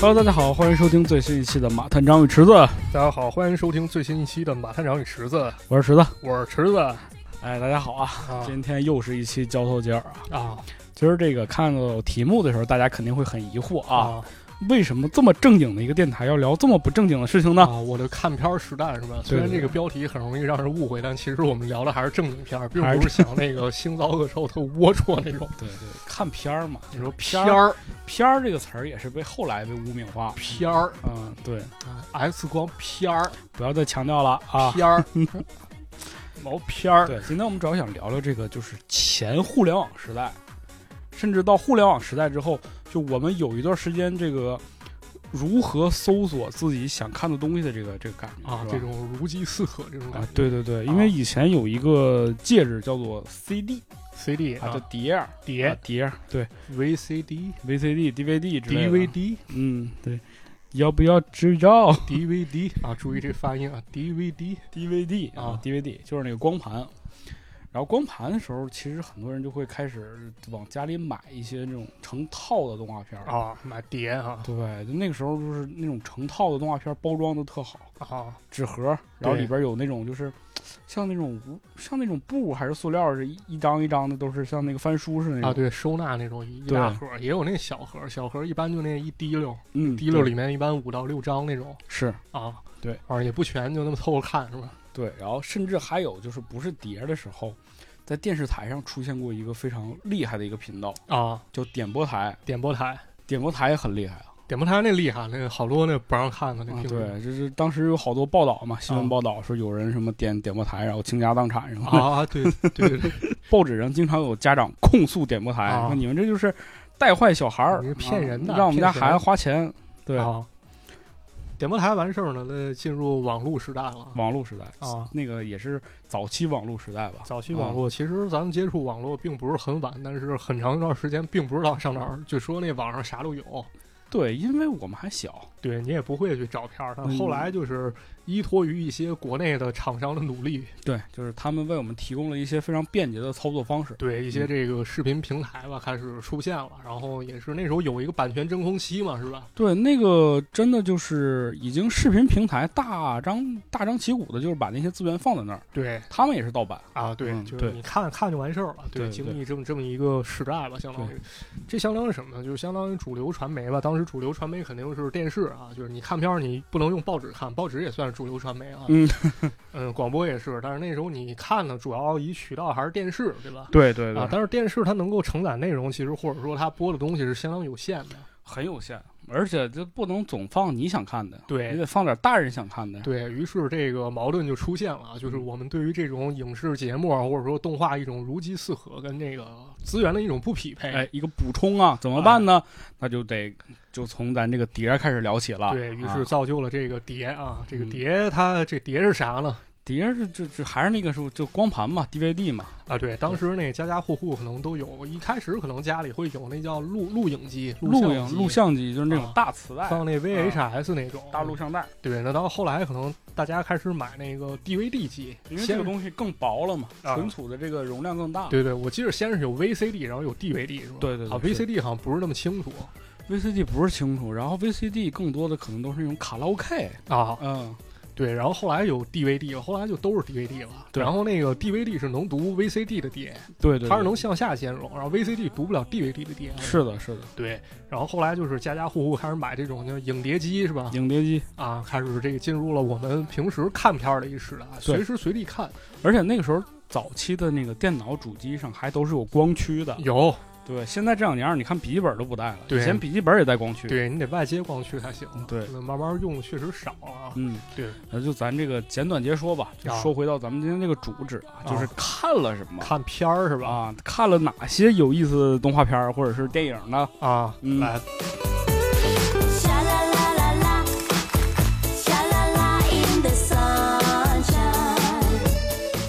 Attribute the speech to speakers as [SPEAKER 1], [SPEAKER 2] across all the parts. [SPEAKER 1] Hello，大家好，欢迎收听最新一期的《马探长与池子》，
[SPEAKER 2] 大家好，欢迎收听最新一期的《马探长与池子》，
[SPEAKER 1] 我是池子。
[SPEAKER 2] 我是池子啊
[SPEAKER 1] 哎，大家好啊！今天又是一期交头接耳啊。
[SPEAKER 2] 啊
[SPEAKER 1] 今儿这个看到题目的时候，大家肯定会很疑惑啊，为什么这么正经的一个电台要聊这么不正经的事情呢？
[SPEAKER 2] 啊！我这看片儿实弹是吧？虽然
[SPEAKER 1] 对对
[SPEAKER 2] 这个标题很容易让人误会，但其实我们聊的还是正经片儿，并
[SPEAKER 1] 还是
[SPEAKER 2] 不是想那个腥糟恶臭、特龌龊那种。
[SPEAKER 1] 对对，看片儿嘛，你说片
[SPEAKER 2] 片
[SPEAKER 1] 儿
[SPEAKER 2] 儿
[SPEAKER 1] 片儿这个词儿也是被后来被污名化。
[SPEAKER 2] 片儿
[SPEAKER 1] 嗯，对，
[SPEAKER 2] 啊，X 光片儿
[SPEAKER 1] 不要再强调了啊。
[SPEAKER 2] 片儿毛片儿
[SPEAKER 1] 对，今天我们主要想聊聊这个，就是前互联网时代，甚至到互联网时代之后，就我们有一段时间这个如何搜索自己想看的东西的这个这个感觉
[SPEAKER 2] 啊
[SPEAKER 1] 是，吧
[SPEAKER 2] 这种如饥似渴这种感
[SPEAKER 1] 啊
[SPEAKER 2] 觉。，
[SPEAKER 1] 对对对，因为以前有一个介质叫做 CD
[SPEAKER 2] ，CD
[SPEAKER 1] 啊，
[SPEAKER 2] 啊
[SPEAKER 1] 叫，碟儿啊
[SPEAKER 2] 碟、
[SPEAKER 1] 碟儿，对
[SPEAKER 2] VCD、
[SPEAKER 1] VCD、DVD 之类的
[SPEAKER 2] DVD、
[SPEAKER 1] 嗯，对，要不要知道
[SPEAKER 2] DVD 啊，注意这发音啊，DVD
[SPEAKER 1] DVD 啊
[SPEAKER 2] 啊
[SPEAKER 1] ，DVD 就是那个光盘。然后光盘的时候，其实很多人就会开始往家里买一些这种成套的动画片儿。
[SPEAKER 2] 啊，买碟啊
[SPEAKER 1] 对，就那个时候就是那种成套的动画片儿包装的特好，
[SPEAKER 2] 啊
[SPEAKER 1] 纸盒，然后
[SPEAKER 2] 对
[SPEAKER 1] 里边有那种就是像那种无像那种布还是塑料是一一张一张的，都是像那个翻书似的那种
[SPEAKER 2] 啊，，对，收纳那种一一
[SPEAKER 1] 对
[SPEAKER 2] 大盒儿，也有那小盒儿，小盒儿一般就那一滴溜，
[SPEAKER 1] 嗯，
[SPEAKER 2] 滴溜
[SPEAKER 1] 对
[SPEAKER 2] 里面一般五到六张那种
[SPEAKER 1] 是
[SPEAKER 2] 啊，
[SPEAKER 1] 对，
[SPEAKER 2] 而也不全，就那么凑合看是吧？
[SPEAKER 1] 对，然后甚至还有就是不是碟的时候，在电视台上出现过一个非常厉害的一个频道，
[SPEAKER 2] 啊，
[SPEAKER 1] 叫点播台，
[SPEAKER 2] 点播台，
[SPEAKER 1] 点播台也很厉害啊。
[SPEAKER 2] 点播台那厉害，那个好多那不让看的那
[SPEAKER 1] 啊，
[SPEAKER 2] 屏幕
[SPEAKER 1] 对，就是当时有好多报道嘛，新闻
[SPEAKER 2] 啊
[SPEAKER 1] 报道说有人什么点点播台，然后倾家荡产什么的。
[SPEAKER 2] 啊，对对对对，
[SPEAKER 1] 报纸上经常有家长控诉点播台，
[SPEAKER 2] 啊
[SPEAKER 1] 说你们这就是带坏小孩儿，
[SPEAKER 2] 你是骗人的
[SPEAKER 1] 啊让我们家
[SPEAKER 2] 骗钱
[SPEAKER 1] 孩子花钱。 对，
[SPEAKER 2] 啊，点播台完事儿呢，那进入网络时代了
[SPEAKER 1] 网络时代
[SPEAKER 2] 啊。
[SPEAKER 1] 那个也是早期网络时代吧？
[SPEAKER 2] 早期网络，其实咱们接触网络并不是很晚，但是很长一段时间并不知道上哪儿。就说那网上啥都有，
[SPEAKER 1] 对，因为我们还小，
[SPEAKER 2] 对你也不会去找片儿，但
[SPEAKER 1] 嗯
[SPEAKER 2] 后来就是依托于一些国内的厂商的努力，
[SPEAKER 1] 对，就是他们为我们提供了一些非常便捷的操作方式。
[SPEAKER 2] 对一些这个视频平台吧开始出现了，然后也是那时候有一个版权真空期嘛，是吧？
[SPEAKER 1] 对，那个真的就是已经视频平台大张大张旗鼓的，就是把那些资源放在那儿，
[SPEAKER 2] 对
[SPEAKER 1] 他们也是盗版。
[SPEAKER 2] 啊，对，
[SPEAKER 1] 嗯
[SPEAKER 2] 就是
[SPEAKER 1] 对
[SPEAKER 2] 你看看就完事儿了，
[SPEAKER 1] 对
[SPEAKER 2] 经
[SPEAKER 1] 对
[SPEAKER 2] 历这么这么一个时代吧，相当于这相当于什么呢？就相当于主流传媒吧。当时主流传媒肯定是电视啊，就是你看片儿你不能用报纸看，报纸也算是主流传媒啊。
[SPEAKER 1] 嗯
[SPEAKER 2] 嗯，广播也是，但是那时候你看的主要一渠道还是电视，对吧？
[SPEAKER 1] 对对
[SPEAKER 2] 啊，但是电视它能够承载内容，其实或者说它播的东西是相当有限的。
[SPEAKER 1] 很有限，而且这不能总放你想看的，
[SPEAKER 2] 对
[SPEAKER 1] 你得放点大人想看的。
[SPEAKER 2] 对于是这个矛盾就出现了啊，
[SPEAKER 1] 嗯
[SPEAKER 2] 就是我们对于这种影视节目啊，或者说动画一种如饥似渴跟这个资源的一种不匹配。
[SPEAKER 1] 哎，一个补充啊，怎么办呢？那就得就从咱这个碟儿开始聊起了。
[SPEAKER 2] 对于
[SPEAKER 1] 啊
[SPEAKER 2] 是造就了这个碟啊，这个
[SPEAKER 1] 嗯
[SPEAKER 2] 碟它这碟是啥呢？
[SPEAKER 1] 碟儿就就就还是那个时候就光盘嘛，DVD 嘛，
[SPEAKER 2] 啊，对，当时那家家户户可能都有，一开始可能家里会有那叫录录影机、
[SPEAKER 1] 录
[SPEAKER 2] 像
[SPEAKER 1] 影
[SPEAKER 2] 机
[SPEAKER 1] 录像机就是那种
[SPEAKER 2] 啊
[SPEAKER 1] 大磁带、
[SPEAKER 2] 放那 VHS 那种
[SPEAKER 1] 大录像带，
[SPEAKER 2] 对，那到后来可能大家开始买那个 DVD 机，
[SPEAKER 1] 因为这
[SPEAKER 2] 先
[SPEAKER 1] 个东西更薄了嘛，
[SPEAKER 2] 啊
[SPEAKER 1] 存储的这个容量更大。
[SPEAKER 2] 对对，我记得先是有 VCD，然后有 DVD 是吧？
[SPEAKER 1] 啊对对对
[SPEAKER 2] 啊
[SPEAKER 1] 是
[SPEAKER 2] ，VCD 好像不是那么清楚
[SPEAKER 1] VCD 不是清楚，然后 VCD 更多的可能都是那种卡拉 OK，
[SPEAKER 2] 啊。
[SPEAKER 1] 嗯，
[SPEAKER 2] 对，然后后来有 DVD，后来就都是 DVD 了。
[SPEAKER 1] 对
[SPEAKER 2] 然后那个 DVD 是能读 VCD 的碟，
[SPEAKER 1] 对对，
[SPEAKER 2] 它是
[SPEAKER 1] 对
[SPEAKER 2] 能向下兼容，然后 VCD 读不了 DVD 的碟。
[SPEAKER 1] 是的，是的，
[SPEAKER 2] 对，然后后来就是家家户户开始买这种叫影碟机是吧？
[SPEAKER 1] 影碟机，
[SPEAKER 2] 啊，开始这个进入了我们平时看片儿的一时代，
[SPEAKER 1] 对啊
[SPEAKER 2] 随时随地看。
[SPEAKER 1] 而且那个时候早期的那个电脑主机上还都是有光驱的，
[SPEAKER 2] 有，
[SPEAKER 1] 对，现在这两年你看笔记本都不带了，
[SPEAKER 2] 对
[SPEAKER 1] 以前笔记本也带光驱，，
[SPEAKER 2] 对你得外接光驱才行。
[SPEAKER 1] 对，
[SPEAKER 2] 那慢慢用确实少了啊。
[SPEAKER 1] 嗯，
[SPEAKER 2] 对，
[SPEAKER 1] 那就咱这个简短截说吧，就
[SPEAKER 2] 啊
[SPEAKER 1] 说回到咱们今天这个主旨啊，
[SPEAKER 2] 啊
[SPEAKER 1] 就是看了什么。
[SPEAKER 2] 看片儿是吧？
[SPEAKER 1] 啊，看了哪些有意思的动画片儿或者是电影呢？
[SPEAKER 2] 啊，
[SPEAKER 1] 嗯
[SPEAKER 2] 来
[SPEAKER 3] Sha la la la la, sha la la in the sunshine.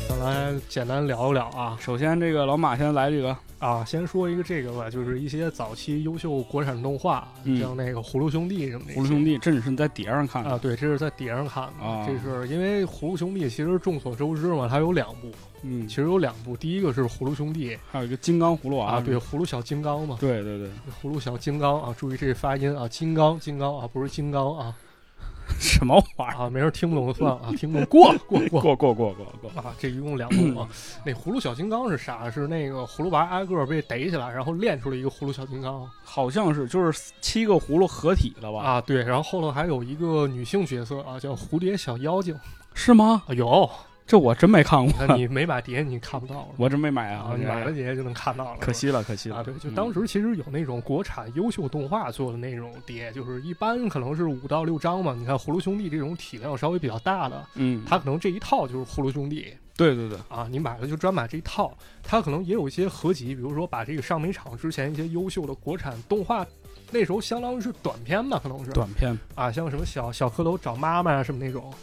[SPEAKER 2] 刚才简单聊一聊啊
[SPEAKER 1] 首先，这个老马先来这个，
[SPEAKER 2] 啊，先说一个这个吧，就是一些早期优秀国产动画，
[SPEAKER 1] 嗯
[SPEAKER 2] 像那个《葫芦兄弟》什么的。
[SPEAKER 1] 葫芦兄弟，这只是你在碟上看的
[SPEAKER 2] 啊，对，这是在碟上看的。
[SPEAKER 1] 啊
[SPEAKER 2] 这是因为《葫芦兄弟》其实众所周知嘛，它有两部，
[SPEAKER 1] 嗯，
[SPEAKER 2] 其实有两部，第一个是《葫芦兄弟》
[SPEAKER 1] 还有一个金刚葫芦娃
[SPEAKER 2] 啊，
[SPEAKER 1] 是
[SPEAKER 2] 对，
[SPEAKER 1] 吧
[SPEAKER 2] 葫芦小金刚嘛，
[SPEAKER 1] 对对对，
[SPEAKER 2] 葫芦小金刚啊，注意这发音啊，金刚金刚啊，不是金刚啊
[SPEAKER 1] 什么玩意儿？
[SPEAKER 2] 啊，没人听不懂就算了啊，听不懂过过过
[SPEAKER 1] 过过过过过，
[SPEAKER 2] 啊，这一共两 部啊。那葫芦小金刚是啥？是那个葫芦娃挨个儿被逮起来，然后练出了一个葫芦小金刚
[SPEAKER 1] 好像是就是七个葫芦合体了吧？
[SPEAKER 2] 啊。对，然后后头还有一个女性角色啊，叫蝴蝶小妖精
[SPEAKER 1] 是吗？
[SPEAKER 2] 啊。有，
[SPEAKER 1] 这我真没看过，
[SPEAKER 2] 那你没买碟你看 不到了
[SPEAKER 1] 我真没买啊
[SPEAKER 2] 啊，，你买了碟就能看到了。
[SPEAKER 1] 可惜了，可惜了。嗯
[SPEAKER 2] 啊，对，就当
[SPEAKER 1] 时
[SPEAKER 2] 时其实有那种国产优秀动画做的那种碟，就是一般可能是五到六张嘛。你看《葫芦兄弟》这种体量稍微比较大的，
[SPEAKER 1] 嗯，
[SPEAKER 2] 它可能这一套就是《葫芦兄弟》，
[SPEAKER 1] 对对对，
[SPEAKER 2] 啊，你买了就专买这一套。它可能也有一些合集，比如说把这个上美场之前一些优秀的国产动画，那时候相当于是短片吧，可能是
[SPEAKER 1] 短片
[SPEAKER 2] 啊，像什么小小蝌蚪找妈妈啊什么那种，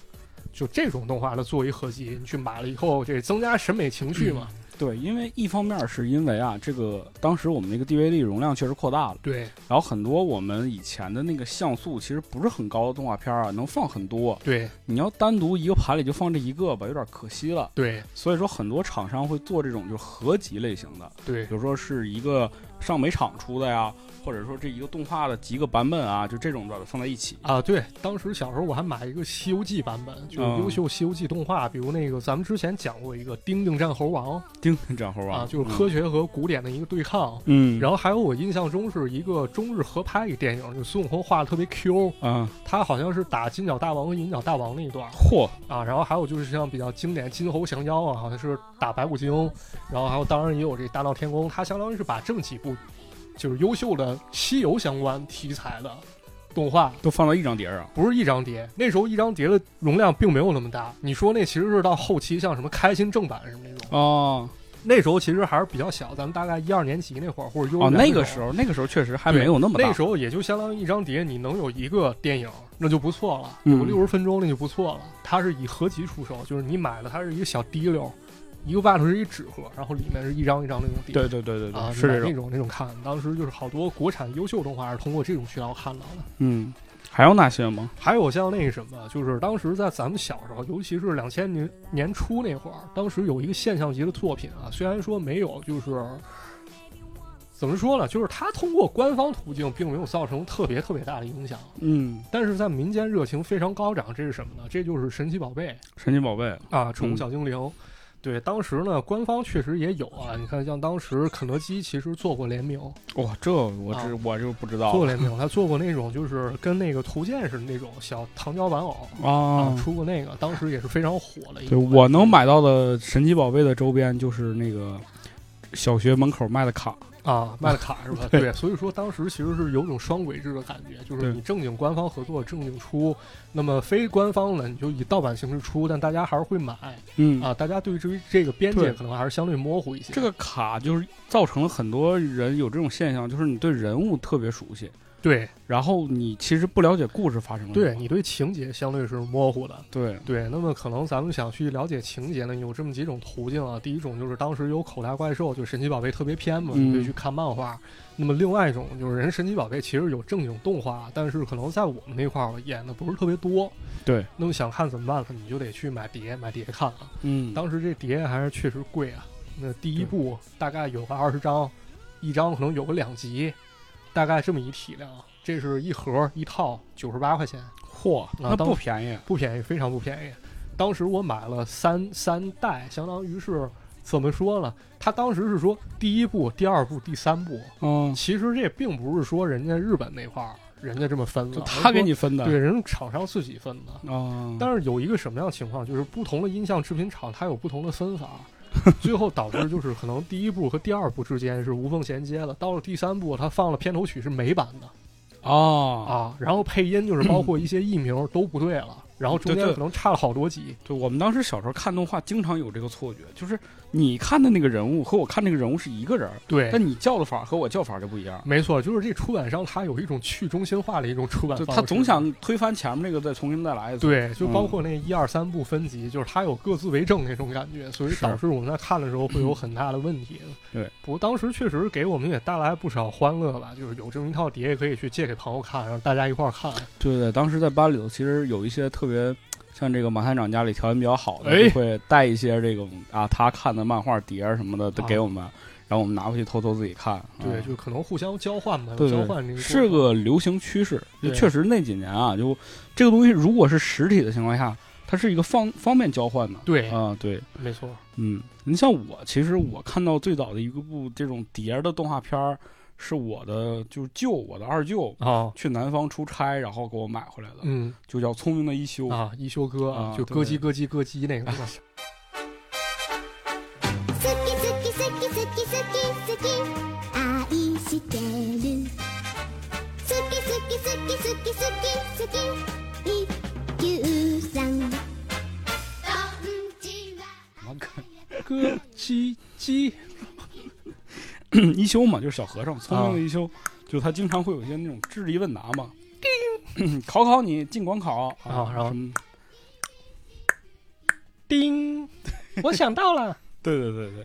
[SPEAKER 2] 就这种动画的做一合集，你去买了以后，这增加审美情趣嘛。
[SPEAKER 1] 对，因为一方面是因为啊，这个当时我们那个 DVD 容量确实扩大了，
[SPEAKER 2] 对
[SPEAKER 1] 然后很多我们以前的那个像素其实不是很高的动画片啊，能放很多，
[SPEAKER 2] 对
[SPEAKER 1] 你要单独一个盘里就放这一个吧，有点可惜了。
[SPEAKER 2] 对
[SPEAKER 1] 所以说很多厂商会做这种就是合集类型的，
[SPEAKER 2] 对
[SPEAKER 1] 比如说是一个上美厂出的呀，或者说这一个动画的几个版本啊，就这种把它放在一起。
[SPEAKER 2] 啊，对，当时小时候我还买一个《西游记》版本，就是
[SPEAKER 1] 嗯
[SPEAKER 2] 优秀《西游记》动画，比如那个咱们之前讲过一个《丁丁战猴王》
[SPEAKER 1] 丁战猴
[SPEAKER 2] 啊，
[SPEAKER 1] 王
[SPEAKER 2] 就是科，学和古典的一个对抗。
[SPEAKER 1] 嗯，
[SPEAKER 2] 然
[SPEAKER 1] 后
[SPEAKER 2] 后还有我印象中是一个中日合拍一电影，就孙悟空画的特别 Q，
[SPEAKER 1] 嗯，
[SPEAKER 2] 他好像是打金角大王和银角大王那一段
[SPEAKER 1] 嚯，
[SPEAKER 2] 啊。然后还有就是像比较经典金猴降妖啊，好像是打白骨精，然后还有当然也有这大闹天宫，他相当于是把这么几部就是优秀的西游相关题材的动画。
[SPEAKER 1] 都放到一张碟上。
[SPEAKER 2] 不是一张碟，那时候一张碟的容量并没有那么大。你说那其实是到后期，像什么开心正版什么那种，
[SPEAKER 1] 哦
[SPEAKER 2] 那时候其实还是比较小，咱们大概一二年级那会儿或者幼儿
[SPEAKER 1] 哦，
[SPEAKER 2] 园
[SPEAKER 1] 那
[SPEAKER 2] 种
[SPEAKER 1] 个时候那个时候确实还
[SPEAKER 2] 对
[SPEAKER 1] 没有那么大。
[SPEAKER 2] 那时候也就相当于一张碟，你能有一个电影，那就不错了，
[SPEAKER 1] 嗯
[SPEAKER 2] 有六十分钟那就不错了。它是以合集出售，就是你买了它是一个小滴溜，一个外头是一纸盒，然后里面是一张一张那种碟。
[SPEAKER 1] 对对对对对，
[SPEAKER 2] 啊，
[SPEAKER 1] 是这
[SPEAKER 2] 买
[SPEAKER 1] 种
[SPEAKER 2] 那。种那种看，当时就是好多国产优秀动画是通过这种渠道看到的。
[SPEAKER 1] 嗯，还有哪些吗？
[SPEAKER 2] 还有像那什么，就是当时在咱们小时候，尤其是两千年年初那会儿，当时有一个现象级的作品啊，虽然说没有，就是怎么说呢，就是它通过官方途径并没有造成特别特别大的影响，
[SPEAKER 1] 嗯，
[SPEAKER 2] 但是在民间热情非常高涨，这是什么呢？这就是神奇宝贝
[SPEAKER 1] 神奇宝贝，
[SPEAKER 2] 啊，宠物小精灵。对，当时呢，官方确实也有啊。你看，像当时肯德基其实做过联名，
[SPEAKER 1] 哇，这我知我就不知道
[SPEAKER 2] 做过
[SPEAKER 1] 哦了
[SPEAKER 2] 联名，他做过那种就是跟那个图鉴似的那种小糖胶玩偶，啊
[SPEAKER 1] 啊，。
[SPEAKER 2] 出过那个，当时也是非常火的一个。
[SPEAKER 1] 对，我能买到的神奇宝贝的周边就是那个小学门口卖的卡，
[SPEAKER 2] 啊，卖了卡 是吧？对，所以说当时其实是有种双轨制的感觉，就是
[SPEAKER 1] 对
[SPEAKER 2] 你正经官方合作正经出，那么非官方的你就以盗版形式出，但大家还是会买
[SPEAKER 1] 嗯
[SPEAKER 2] 啊。大家对于这这个边界
[SPEAKER 1] 对
[SPEAKER 2] 可能还是相对模糊一些。
[SPEAKER 1] 这个卡就是造成了很多人有这种现象，就是你对人物特别熟悉，
[SPEAKER 2] 对
[SPEAKER 1] 然后你其实不了解故事发生了
[SPEAKER 2] 对，
[SPEAKER 1] 什么
[SPEAKER 2] 你对情节相对是模糊的。
[SPEAKER 1] 对，
[SPEAKER 2] 对，那么可能咱们想去了解情节呢，有这么几种途径啊。第一种就是当时有口袋怪兽，就神奇宝贝特别篇嘛，你可以
[SPEAKER 1] 嗯
[SPEAKER 2] 去看漫画。那么另外一种就是人神奇宝贝其实有正经动画，但是可能在我们那块儿演的不是特别多。
[SPEAKER 1] 对，
[SPEAKER 2] 那么想看怎么办呢？你就得去买碟，买碟看了。
[SPEAKER 1] 嗯，
[SPEAKER 2] 当时这碟还是确实贵啊，那第一部大概有个二十张，一张可能有个两集，大概这么一体量。啊这是一盒一套九十八块钱。啊
[SPEAKER 1] 嚯，那
[SPEAKER 2] 当
[SPEAKER 1] 不便宜，
[SPEAKER 2] 不便宜，非常不便宜。当时我买了三三代，相当于是怎么说呢？他当时是说第一部、第二部、第三部，
[SPEAKER 1] 嗯，
[SPEAKER 2] 其实这并不是说人家日本那块儿人家这么分
[SPEAKER 1] 就
[SPEAKER 2] 的，
[SPEAKER 1] 他给
[SPEAKER 2] 而
[SPEAKER 1] 你分的，
[SPEAKER 2] 是说对人家厂商自己分的。
[SPEAKER 1] 啊，
[SPEAKER 2] 但是有一个什么样的情况，就是不同的音像制品厂它有不同的分 法，最后导致就是可能第一部和第二部之间是无缝衔接的，到了第三部它放了片头曲是美版的
[SPEAKER 1] 啊
[SPEAKER 2] 啊，然后配音就是包括一些译名都不对了，然后中
[SPEAKER 1] 对
[SPEAKER 2] 间
[SPEAKER 1] 对
[SPEAKER 2] 可能差了好多集。
[SPEAKER 1] 对我们当时小时候看动画，经常有这个错觉，就是你看的那个人物和我看那个人物是一个人儿，
[SPEAKER 2] 对，
[SPEAKER 1] 但你叫的法和我叫法就不一样。
[SPEAKER 2] 没错，就是这出版商他有一种去中心化的一种出版
[SPEAKER 1] 就
[SPEAKER 2] 方式，
[SPEAKER 1] 他总想推翻前面那个，再重新再来一次。
[SPEAKER 2] 对，就包括那一二三部分级，就是它有各自为政那种感觉，所以
[SPEAKER 1] 是
[SPEAKER 2] 导致我们在看的时候会有很大的问题。
[SPEAKER 1] 对，
[SPEAKER 2] 不过当时确实给我们也带来不少欢乐吧，就是有这么一套碟可以去借给朋友看，让大家一块儿看。
[SPEAKER 1] 对对，当时在班里头，其实有一些特别像这个马探长家里条件比较好的，
[SPEAKER 2] 哎
[SPEAKER 1] 就会带一些这种啊他看的漫画碟儿什么的都给我们，然后我们拿回去偷偷自己看。啊
[SPEAKER 2] 对，就可能互相交换吧，
[SPEAKER 1] 对
[SPEAKER 2] 交换这
[SPEAKER 1] 对，
[SPEAKER 2] 个
[SPEAKER 1] 是
[SPEAKER 2] 过程
[SPEAKER 1] 个流行趋势。就
[SPEAKER 2] 对
[SPEAKER 1] 确实那几年啊，就这个东西如果是实体的情况下，它是一个方方便交换的。
[SPEAKER 2] 对，
[SPEAKER 1] 啊，对，
[SPEAKER 2] 没错，
[SPEAKER 1] 嗯，你像我，其实我看到最早的一个部这种碟儿的动画片儿，是我的就是舅，我的二舅
[SPEAKER 2] 啊，
[SPEAKER 1] 去南方出差，然后给我买回来的，
[SPEAKER 2] 嗯
[SPEAKER 1] 就叫《聪明的一休》。
[SPEAKER 2] 啊，一休哥
[SPEAKER 1] 啊
[SPEAKER 2] 就
[SPEAKER 1] 对
[SPEAKER 2] 咯叽咯叽咯叽那 个是吧，
[SPEAKER 3] 好き好き好き好き好き好き愛してる好き好き好き好き好き好き一休さんどんちは
[SPEAKER 1] 我看
[SPEAKER 2] 咯叽叽，
[SPEAKER 1] 嗯一休嘛，就是小和尚，聪明的一休，就他经常会有一些那种智力问答嘛， 考考你进广考
[SPEAKER 2] 啊然后
[SPEAKER 1] 什么
[SPEAKER 2] 叮，我想到了，
[SPEAKER 1] 对对对对，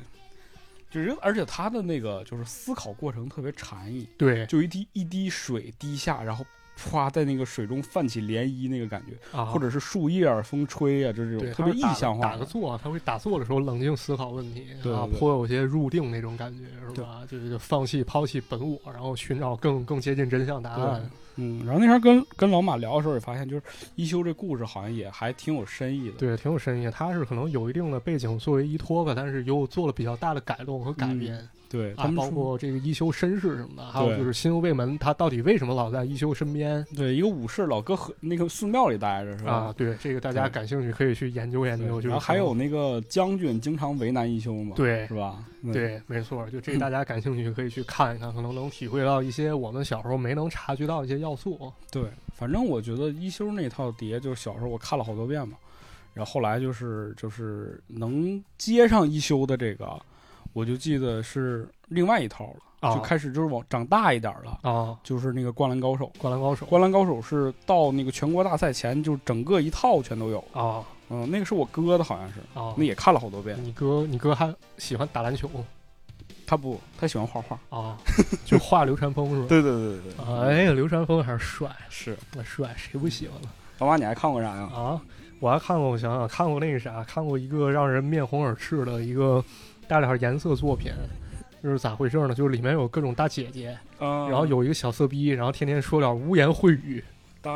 [SPEAKER 1] 就是而且他的那个就是思考过程特别禅意，
[SPEAKER 2] 对
[SPEAKER 1] 就一滴一滴水滴下，然后唰在那个水中泛起涟漪那个感觉。
[SPEAKER 2] 啊，
[SPEAKER 1] 或者是树叶儿风吹啊，就是这
[SPEAKER 2] 对，
[SPEAKER 1] 种特别意
[SPEAKER 2] 他是打
[SPEAKER 1] 象化
[SPEAKER 2] 打
[SPEAKER 1] 的。
[SPEAKER 2] 个坐，他会打坐的时候冷静思考问题，
[SPEAKER 1] 对
[SPEAKER 2] 啊
[SPEAKER 1] 对，对
[SPEAKER 2] 颇有些入定那种感觉，是吧？就是就放弃抛弃本我，然后寻找更更接近真相答案。
[SPEAKER 1] 嗯，然后那天跟跟老马聊的时候也发现，就是一休这故事好像也还挺有深意的。
[SPEAKER 2] 对，挺有深意。他是可能有一定的背景作为依托吧，但是又做了比较大的改动和改
[SPEAKER 1] 嗯
[SPEAKER 2] 变、
[SPEAKER 1] 对，他
[SPEAKER 2] 啊，
[SPEAKER 1] 们
[SPEAKER 2] 包
[SPEAKER 1] 说
[SPEAKER 2] 括这个一休绅士什么的，还有
[SPEAKER 1] 对
[SPEAKER 2] 就是新右卫门他到底为什么老在一休身边
[SPEAKER 1] 对一个武士老搁和那个寺庙里待着是
[SPEAKER 2] 啊
[SPEAKER 1] 吧？？
[SPEAKER 2] 对，这个大家
[SPEAKER 1] 对
[SPEAKER 2] 感兴趣可以去研究研
[SPEAKER 1] 对
[SPEAKER 2] 究。就是
[SPEAKER 1] 然后
[SPEAKER 2] 可
[SPEAKER 1] 还
[SPEAKER 2] 能
[SPEAKER 1] 有那个将军经常为难一休嘛，
[SPEAKER 2] 对
[SPEAKER 1] 是吧？嗯，
[SPEAKER 2] 对，没错，就这大家感兴趣可以去看一看，可能能体会到一些我们小时候没能察觉到一些要素。
[SPEAKER 1] 对，反正我觉得一休那套碟，就是小时候我看了好多遍嘛，然后后来就是就是能接上一休的这个，我就记得是另外一套了，
[SPEAKER 2] 啊
[SPEAKER 1] 就开始就是往长大一点儿了，
[SPEAKER 2] 啊，
[SPEAKER 1] 就是那个《灌篮高手》。
[SPEAKER 2] 《灌篮高手
[SPEAKER 1] 《灌篮高手》是到那个全国大赛前，就整个一套全都有。》
[SPEAKER 2] 啊
[SPEAKER 1] 嗯，那个是我哥的，好像是，
[SPEAKER 2] 啊，
[SPEAKER 1] 那也看了好多遍。
[SPEAKER 2] 你哥你哥还喜欢打篮球
[SPEAKER 1] 他不，他喜欢画画。
[SPEAKER 2] 啊，就画流川枫是吧？
[SPEAKER 1] 对对对对
[SPEAKER 2] 哎呀，流川枫还是帅，
[SPEAKER 1] 是。
[SPEAKER 2] 那帅谁不喜欢呢？
[SPEAKER 1] 老马，你还看过啥呀？
[SPEAKER 2] 啊，我还看过，我想想，看过那个啥，看过一个让人面红耳赤的一个带点颜色作品。就是咋回事呢？就是里面有各种大姐姐，
[SPEAKER 1] 嗯
[SPEAKER 2] 然后有一个小色逼，然后天天说点污言秽语，
[SPEAKER 1] 大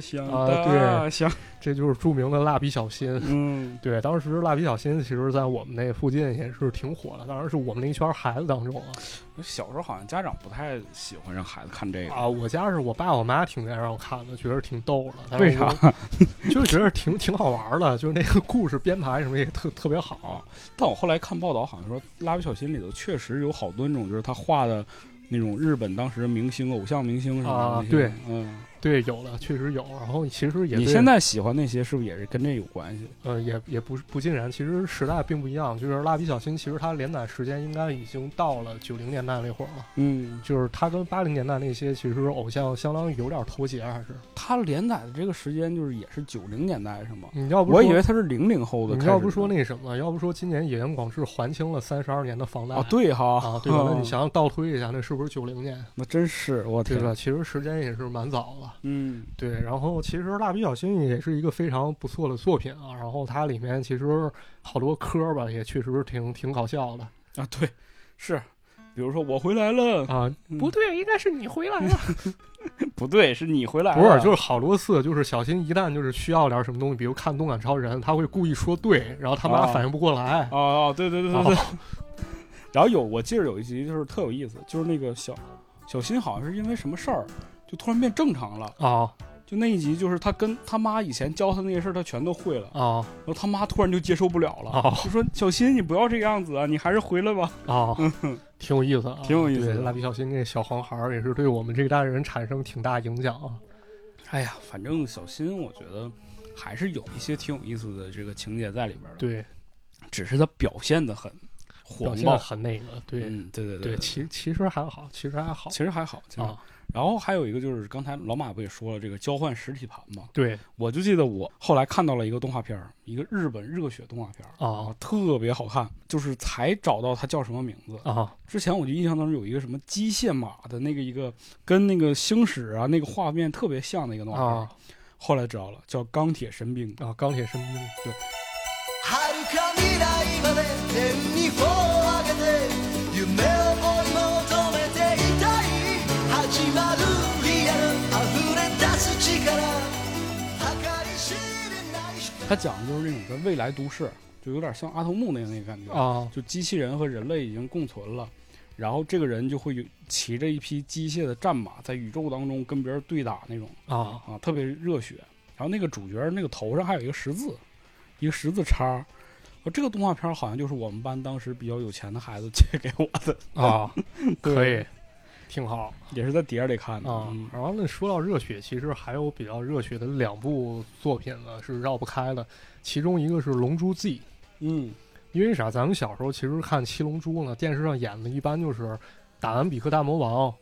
[SPEAKER 1] 象，
[SPEAKER 2] 啊
[SPEAKER 1] 大
[SPEAKER 2] 对
[SPEAKER 1] 象。
[SPEAKER 2] 这就是著名的蜡笔小新。
[SPEAKER 1] 嗯，
[SPEAKER 2] 对，当时蜡笔小新其实，在我们那附近也是挺火的，当然是我们那一圈孩子当中啊。
[SPEAKER 1] 小时候好像家长不太喜欢让孩子看这个。
[SPEAKER 2] 啊，我家是我爸我妈挺愿意让我看的，觉得挺逗的。
[SPEAKER 1] 为啥？？
[SPEAKER 2] 就是觉得挺挺好玩的，就是那个故事编排什么也特特别好。
[SPEAKER 1] 啊但我后来看报道，好像说《蜡笔小新》里头确实有好多那种，就是他画的那种日本当时明星、偶像明星什么的
[SPEAKER 2] 啊
[SPEAKER 1] 那些
[SPEAKER 2] 对，
[SPEAKER 1] 嗯，
[SPEAKER 2] 对，有了，确实有。然后其实也
[SPEAKER 1] 你
[SPEAKER 2] 对
[SPEAKER 1] 现在喜欢那些，是不是也是跟这有关系？
[SPEAKER 2] 呃也也不是不尽然，其实时代并不一样。就是蜡笔小新，其实它连载时间应该已经到了九零年代那会儿了。
[SPEAKER 1] 嗯，
[SPEAKER 2] 就是它跟八零年代那些其实偶像相当于有点脱节，还是
[SPEAKER 1] 它连载的这个时间就是也是九零年代是吗？
[SPEAKER 2] 你要不
[SPEAKER 1] 我以
[SPEAKER 2] 说
[SPEAKER 1] 为它是零零后的开
[SPEAKER 2] 你
[SPEAKER 1] 始的。
[SPEAKER 2] 嗯要不说那什么，要不说今年野原广志还清了三十二年的房贷
[SPEAKER 1] 啊，对哈
[SPEAKER 2] 啊，对吧？那
[SPEAKER 1] 嗯
[SPEAKER 2] 你想想倒推一下，那是不是九零年？
[SPEAKER 1] 那真是我
[SPEAKER 2] 对
[SPEAKER 1] 天，
[SPEAKER 2] 吧？其实时间也是蛮早了。
[SPEAKER 1] 嗯，
[SPEAKER 2] 对，然后其实《蜡笔小新》也是一个非常不错的作品啊。然后它里面其实好多科儿吧，也确实挺挺搞笑的
[SPEAKER 1] 啊对，是，比如说我回来了，
[SPEAKER 2] 啊。
[SPEAKER 1] 嗯
[SPEAKER 2] 对，应该是你回来了。
[SPEAKER 1] 不对，是你回来了，
[SPEAKER 2] 不是，就是好多次，就是小新一旦就是需要点什么东西，比如看《动感超人》，他会故意说对，然后他妈
[SPEAKER 1] 啊
[SPEAKER 2] 反应不过来。
[SPEAKER 1] 哦哦，对对对
[SPEAKER 2] 然
[SPEAKER 1] 对
[SPEAKER 2] 后
[SPEAKER 1] 对。然后有我记得有一集就是特有意思，就是那个小小新好像是因为什么事儿，就突然变正常了。
[SPEAKER 2] 啊
[SPEAKER 1] 就那一集就是他跟他妈以前教他那些事儿，他全都会了，
[SPEAKER 2] 啊
[SPEAKER 1] 然后他妈突然就接受不了了。
[SPEAKER 2] 啊
[SPEAKER 1] 就说小新，你不要这个样子啊，你还是回来吧。
[SPEAKER 2] 啊！ 挺有意思啊，
[SPEAKER 1] 挺有意思
[SPEAKER 2] 对
[SPEAKER 1] 的
[SPEAKER 2] 蜡笔小新这小黄孩儿也是对我们这一代人产生挺大影响啊。
[SPEAKER 1] 哎呀，反正小新，我觉得还是有一些挺有意思的这个情节在里边儿的，
[SPEAKER 2] 对，
[SPEAKER 1] 只是他表现的很
[SPEAKER 2] 表
[SPEAKER 1] 火
[SPEAKER 2] 现得
[SPEAKER 1] 爆。
[SPEAKER 2] 很那个，对
[SPEAKER 1] 嗯，对对
[SPEAKER 2] 对，
[SPEAKER 1] 其
[SPEAKER 2] 其其实还好，其实还好
[SPEAKER 1] 其实还好。其实还好
[SPEAKER 2] 啊，
[SPEAKER 1] 然后还有一个就是刚才老马不也说了这个交换实体盘嘛？
[SPEAKER 2] 对
[SPEAKER 1] 我就记得我后来看到了一个动画片儿，一个日本热血动画片儿，
[SPEAKER 2] 啊
[SPEAKER 1] 特别好看，就是才找到它叫什么名字。
[SPEAKER 2] 啊
[SPEAKER 1] 之前我就印象当中有一个什么机械马的那个一个跟那个星矢啊那个画面特别像的一个动画片儿，
[SPEAKER 2] 啊
[SPEAKER 1] 后来知道了叫钢铁神兵。
[SPEAKER 2] 啊！钢铁神兵，对，
[SPEAKER 4] 遥か未来まで天に帆を上げて夢を追い求めていたい始まるリアル溢れ出す力計り知れない光
[SPEAKER 1] 它讲的就是那种在未来都市，就有点像阿童木那个那个感觉，
[SPEAKER 2] 啊
[SPEAKER 1] 就机器人和人类已经共存了，然后这个人就会有骑着一匹机械的战马在宇宙当中跟别人对打那种
[SPEAKER 2] 啊
[SPEAKER 1] 啊，特别热血。然后那个主角那个头上还有一个十字，一个十字叉儿。我这个动画片儿好像就是我们班当时比较有钱的孩子借给我的，
[SPEAKER 2] 啊，可以，挺好
[SPEAKER 1] 也是在碟儿里看的。
[SPEAKER 2] 啊
[SPEAKER 1] 嗯。
[SPEAKER 2] 然后那说到热血，其实还有比较热血的两部作品呢是绕不开的，其中一个是《龙珠 Z》，
[SPEAKER 1] 嗯
[SPEAKER 2] 因为啥？咱们小时候其实看《七龙珠》呢，电视上演的一般就是打完比克大魔王，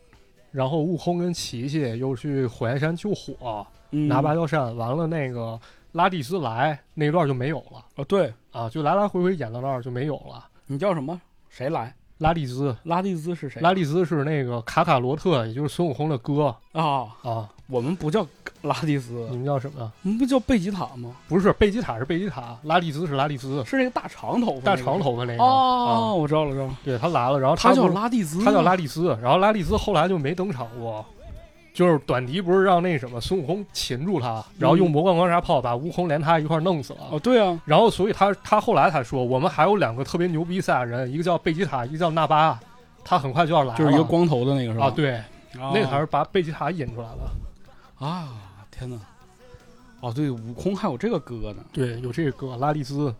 [SPEAKER 2] 然后悟空跟琪琪又去火焰山救火，
[SPEAKER 1] 嗯，
[SPEAKER 2] 拿芭蕉扇，完了那个拉蒂斯来那一段就没有了
[SPEAKER 1] 哦，对
[SPEAKER 2] 啊，就来来回回演到那儿就没有了。
[SPEAKER 1] 你叫什么？谁来？
[SPEAKER 2] 拉蒂斯，
[SPEAKER 1] 拉蒂兹是谁？
[SPEAKER 2] 拉蒂斯是那个卡卡罗特，也就是孙悟空的哥
[SPEAKER 1] 啊，
[SPEAKER 2] 啊。
[SPEAKER 1] 我们不叫拉蒂兹
[SPEAKER 2] 你，们叫什么？
[SPEAKER 1] 我们不叫贝吉塔吗？
[SPEAKER 2] 不是贝吉塔是贝吉塔，拉蒂斯是拉蒂斯，
[SPEAKER 1] 是那个大长头发那个，
[SPEAKER 2] 大长头发那个。
[SPEAKER 1] 哦，我知道了，知道了
[SPEAKER 2] 啊，，对他来了，然后
[SPEAKER 1] 他叫
[SPEAKER 2] 不是
[SPEAKER 1] 拉蒂兹，
[SPEAKER 2] 他叫拉蒂斯，啊然后拉蒂斯后来就没登场过。就是短笛不是让那什么孙悟空擒住他，然后用魔幻光沙炮把悟空连他一块儿弄死了。
[SPEAKER 1] 嗯哦，对啊，
[SPEAKER 2] 然后所以他他后来才说，我们还有两个特别牛逼赛亚人，一个叫贝吉塔，一个叫纳巴，啊他很快就要来了。
[SPEAKER 1] 就是一个光头的那个是吧？哦
[SPEAKER 2] 啊，，对，那
[SPEAKER 1] 啊那
[SPEAKER 2] 个还是把贝吉塔引出来了。
[SPEAKER 1] 啊，天哪！哦，对，悟空还有这个歌呢。
[SPEAKER 2] 对，有这个拉蒂斯。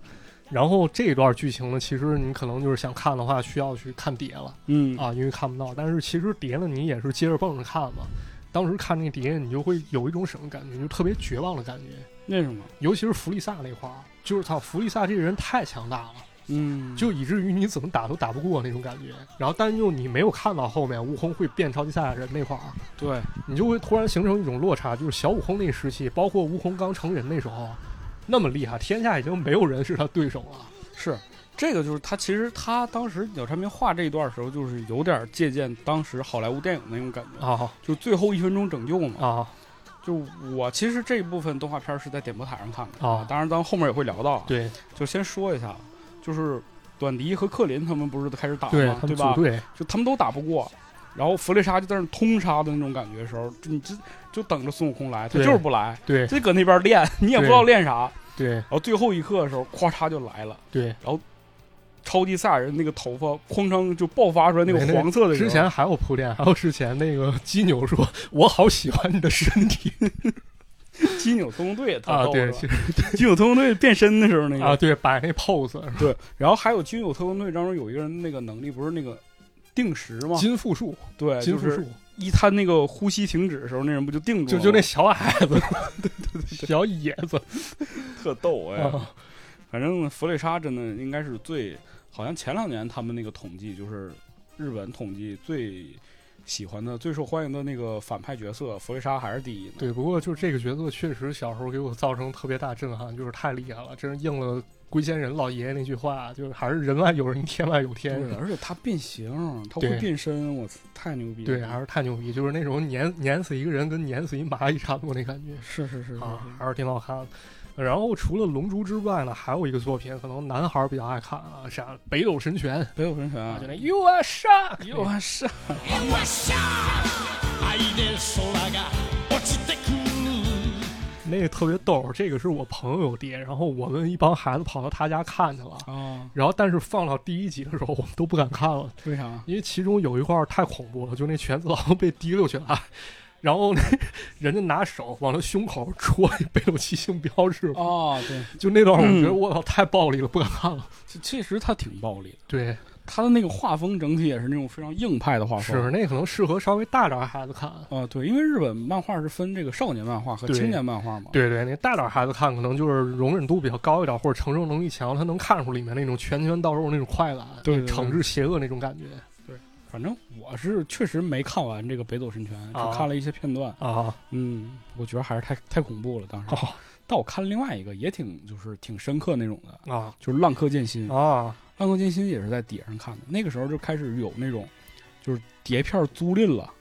[SPEAKER 2] 然后这一段剧情呢，其实你可能就是想看的话，需要去看碟了。
[SPEAKER 1] 嗯
[SPEAKER 2] 啊，因为看不到。但是其实碟呢，你也是接着蹦着看嘛。当时看那碟，你就会有一种什么感觉？就特别绝望的感觉。
[SPEAKER 1] 那什么，
[SPEAKER 2] 尤其是弗利萨那块儿，就是操，弗利萨这个人太强大了，
[SPEAKER 1] 嗯，
[SPEAKER 2] 就以至于你怎么打都打不过那种感觉。然后，但是又你没有看到后面悟空会变超级赛亚人那块儿，
[SPEAKER 1] 对，
[SPEAKER 2] 你就会突然形成一种落差。就是小悟空那时期，包括悟空刚成人那时候，那么厉害，天下已经没有人是他对手了。
[SPEAKER 1] 是这个，就是他其实他当时鸟山明画这一段的时候，就是有点借鉴当时好莱坞电影那种感觉，
[SPEAKER 2] 啊
[SPEAKER 1] 就最后一分钟拯救嘛。
[SPEAKER 2] 啊
[SPEAKER 1] 就我其实这一部分动画片是在点播台上看的
[SPEAKER 2] 啊！
[SPEAKER 1] 当然咱后面也会聊到，啊
[SPEAKER 2] 对
[SPEAKER 1] 就先说一下，就是短笛和克林他们不是开始打
[SPEAKER 2] 对
[SPEAKER 1] 吗，？
[SPEAKER 2] 他
[SPEAKER 1] 对
[SPEAKER 2] 们
[SPEAKER 1] 吧
[SPEAKER 2] 组？队
[SPEAKER 1] 就他们都打不过，然后弗利沙就在那儿通杀的那种感觉的时候，就你就就等着孙悟空来，他
[SPEAKER 2] 对
[SPEAKER 1] 就是不来，
[SPEAKER 2] 对
[SPEAKER 1] 就搁那边练，你也不知道练啥。
[SPEAKER 2] 对
[SPEAKER 1] 然后最后一刻的时候，咵嚓就来了，
[SPEAKER 2] 对。
[SPEAKER 1] 超级赛亚人那个头发哐当就爆发出来那个黄色的时候。
[SPEAKER 2] 之前还有铺垫，还有之前那个基牛说：“我好喜欢你的身体
[SPEAKER 1] 金纽特工队也特
[SPEAKER 2] 啊！”
[SPEAKER 1] 逗
[SPEAKER 2] 对，
[SPEAKER 1] 是吧
[SPEAKER 2] 其实
[SPEAKER 1] 金纽特工队变身的时候那个
[SPEAKER 2] 啊，对，摆那 pose，
[SPEAKER 1] 对，然后还有金纽特工队当中有一个人那个能力不是那个定时吗？
[SPEAKER 2] 金复数，
[SPEAKER 1] 对，
[SPEAKER 2] 金
[SPEAKER 1] 就
[SPEAKER 2] 复
[SPEAKER 1] 是
[SPEAKER 2] 数，
[SPEAKER 1] 一他那个呼吸停止的时候，那人不就定住
[SPEAKER 2] 就
[SPEAKER 1] 了吗？
[SPEAKER 2] 就那小矮 子，小野子
[SPEAKER 1] 特逗哎。
[SPEAKER 2] 啊
[SPEAKER 1] 反正弗雷沙真的应该是最，好像前两年他们那个统计就是日本统计最喜欢的、最受欢迎的那个反派角色，弗雷沙还是第一呢。
[SPEAKER 2] 对，不过就这个角色确实小时候给我造成特别大震撼，就是太厉害了，真是应了龟仙人老爷爷那句话，就是还是人外有人，天外有天。
[SPEAKER 1] 对，而且他变形，他
[SPEAKER 2] 对
[SPEAKER 1] 会变身，我操太牛逼了！
[SPEAKER 2] 对，还啊是太牛逼，就是那种碾碾死一个人跟碾死一蚂蚁差不多那感觉。
[SPEAKER 1] 是是是是
[SPEAKER 2] 啊，
[SPEAKER 1] 是
[SPEAKER 2] 还是挺好看的。然后除了《龙珠》之外呢，还有一个作品，可能男孩儿比较爱看啊，啥《北斗神拳》
[SPEAKER 1] 北斗神拳啊
[SPEAKER 2] 啊，就，那 You are shark，
[SPEAKER 1] 又还是
[SPEAKER 4] 愛で空が落ちてくる
[SPEAKER 2] 那个特别逗。这个是我朋友爹，然后我们一帮孩子跑到他家看去了。
[SPEAKER 1] 啊？
[SPEAKER 2] 然后，但是放到第一集的时候，我们都不敢看了，
[SPEAKER 1] 为啥？
[SPEAKER 2] 因为其中有一块儿太恐怖了，就那权子 老被提溜起来，然后那人家拿手往他胸口戳那北斗七星标志，
[SPEAKER 1] 哦，对，
[SPEAKER 2] 嗯就那段我觉得我操太暴力了，不敢看了。
[SPEAKER 1] 其其实他挺暴力的。
[SPEAKER 2] 对
[SPEAKER 1] 他的那个画风整体也是那种非常硬派的画风。
[SPEAKER 2] 是那可能适合稍微大点儿孩子看。
[SPEAKER 1] 啊、对，因为日本漫画是分这个少年漫画和
[SPEAKER 2] 对
[SPEAKER 1] 青年漫画嘛。
[SPEAKER 2] 对对，那大点儿孩子看可能就是容忍度比较高一点，或者承受能力强，他能看出里面那种拳拳到肉那种快感，
[SPEAKER 1] 对对对
[SPEAKER 2] 惩治邪恶那种感觉
[SPEAKER 1] 反正我是确实没看完这个《北斗神拳》，
[SPEAKER 2] 啊
[SPEAKER 1] 只看了一些片段。
[SPEAKER 2] 啊。
[SPEAKER 1] 嗯，我觉得还是太太恐怖了，当时。
[SPEAKER 2] 哦
[SPEAKER 1] 但我看了另外一个也挺就是挺深刻那种的，
[SPEAKER 2] 啊
[SPEAKER 1] 就是《浪客剑心》。
[SPEAKER 2] 啊
[SPEAKER 1] 浪客剑心》也是在碟上看的，那个时候就开始有那种就是碟片租赁了，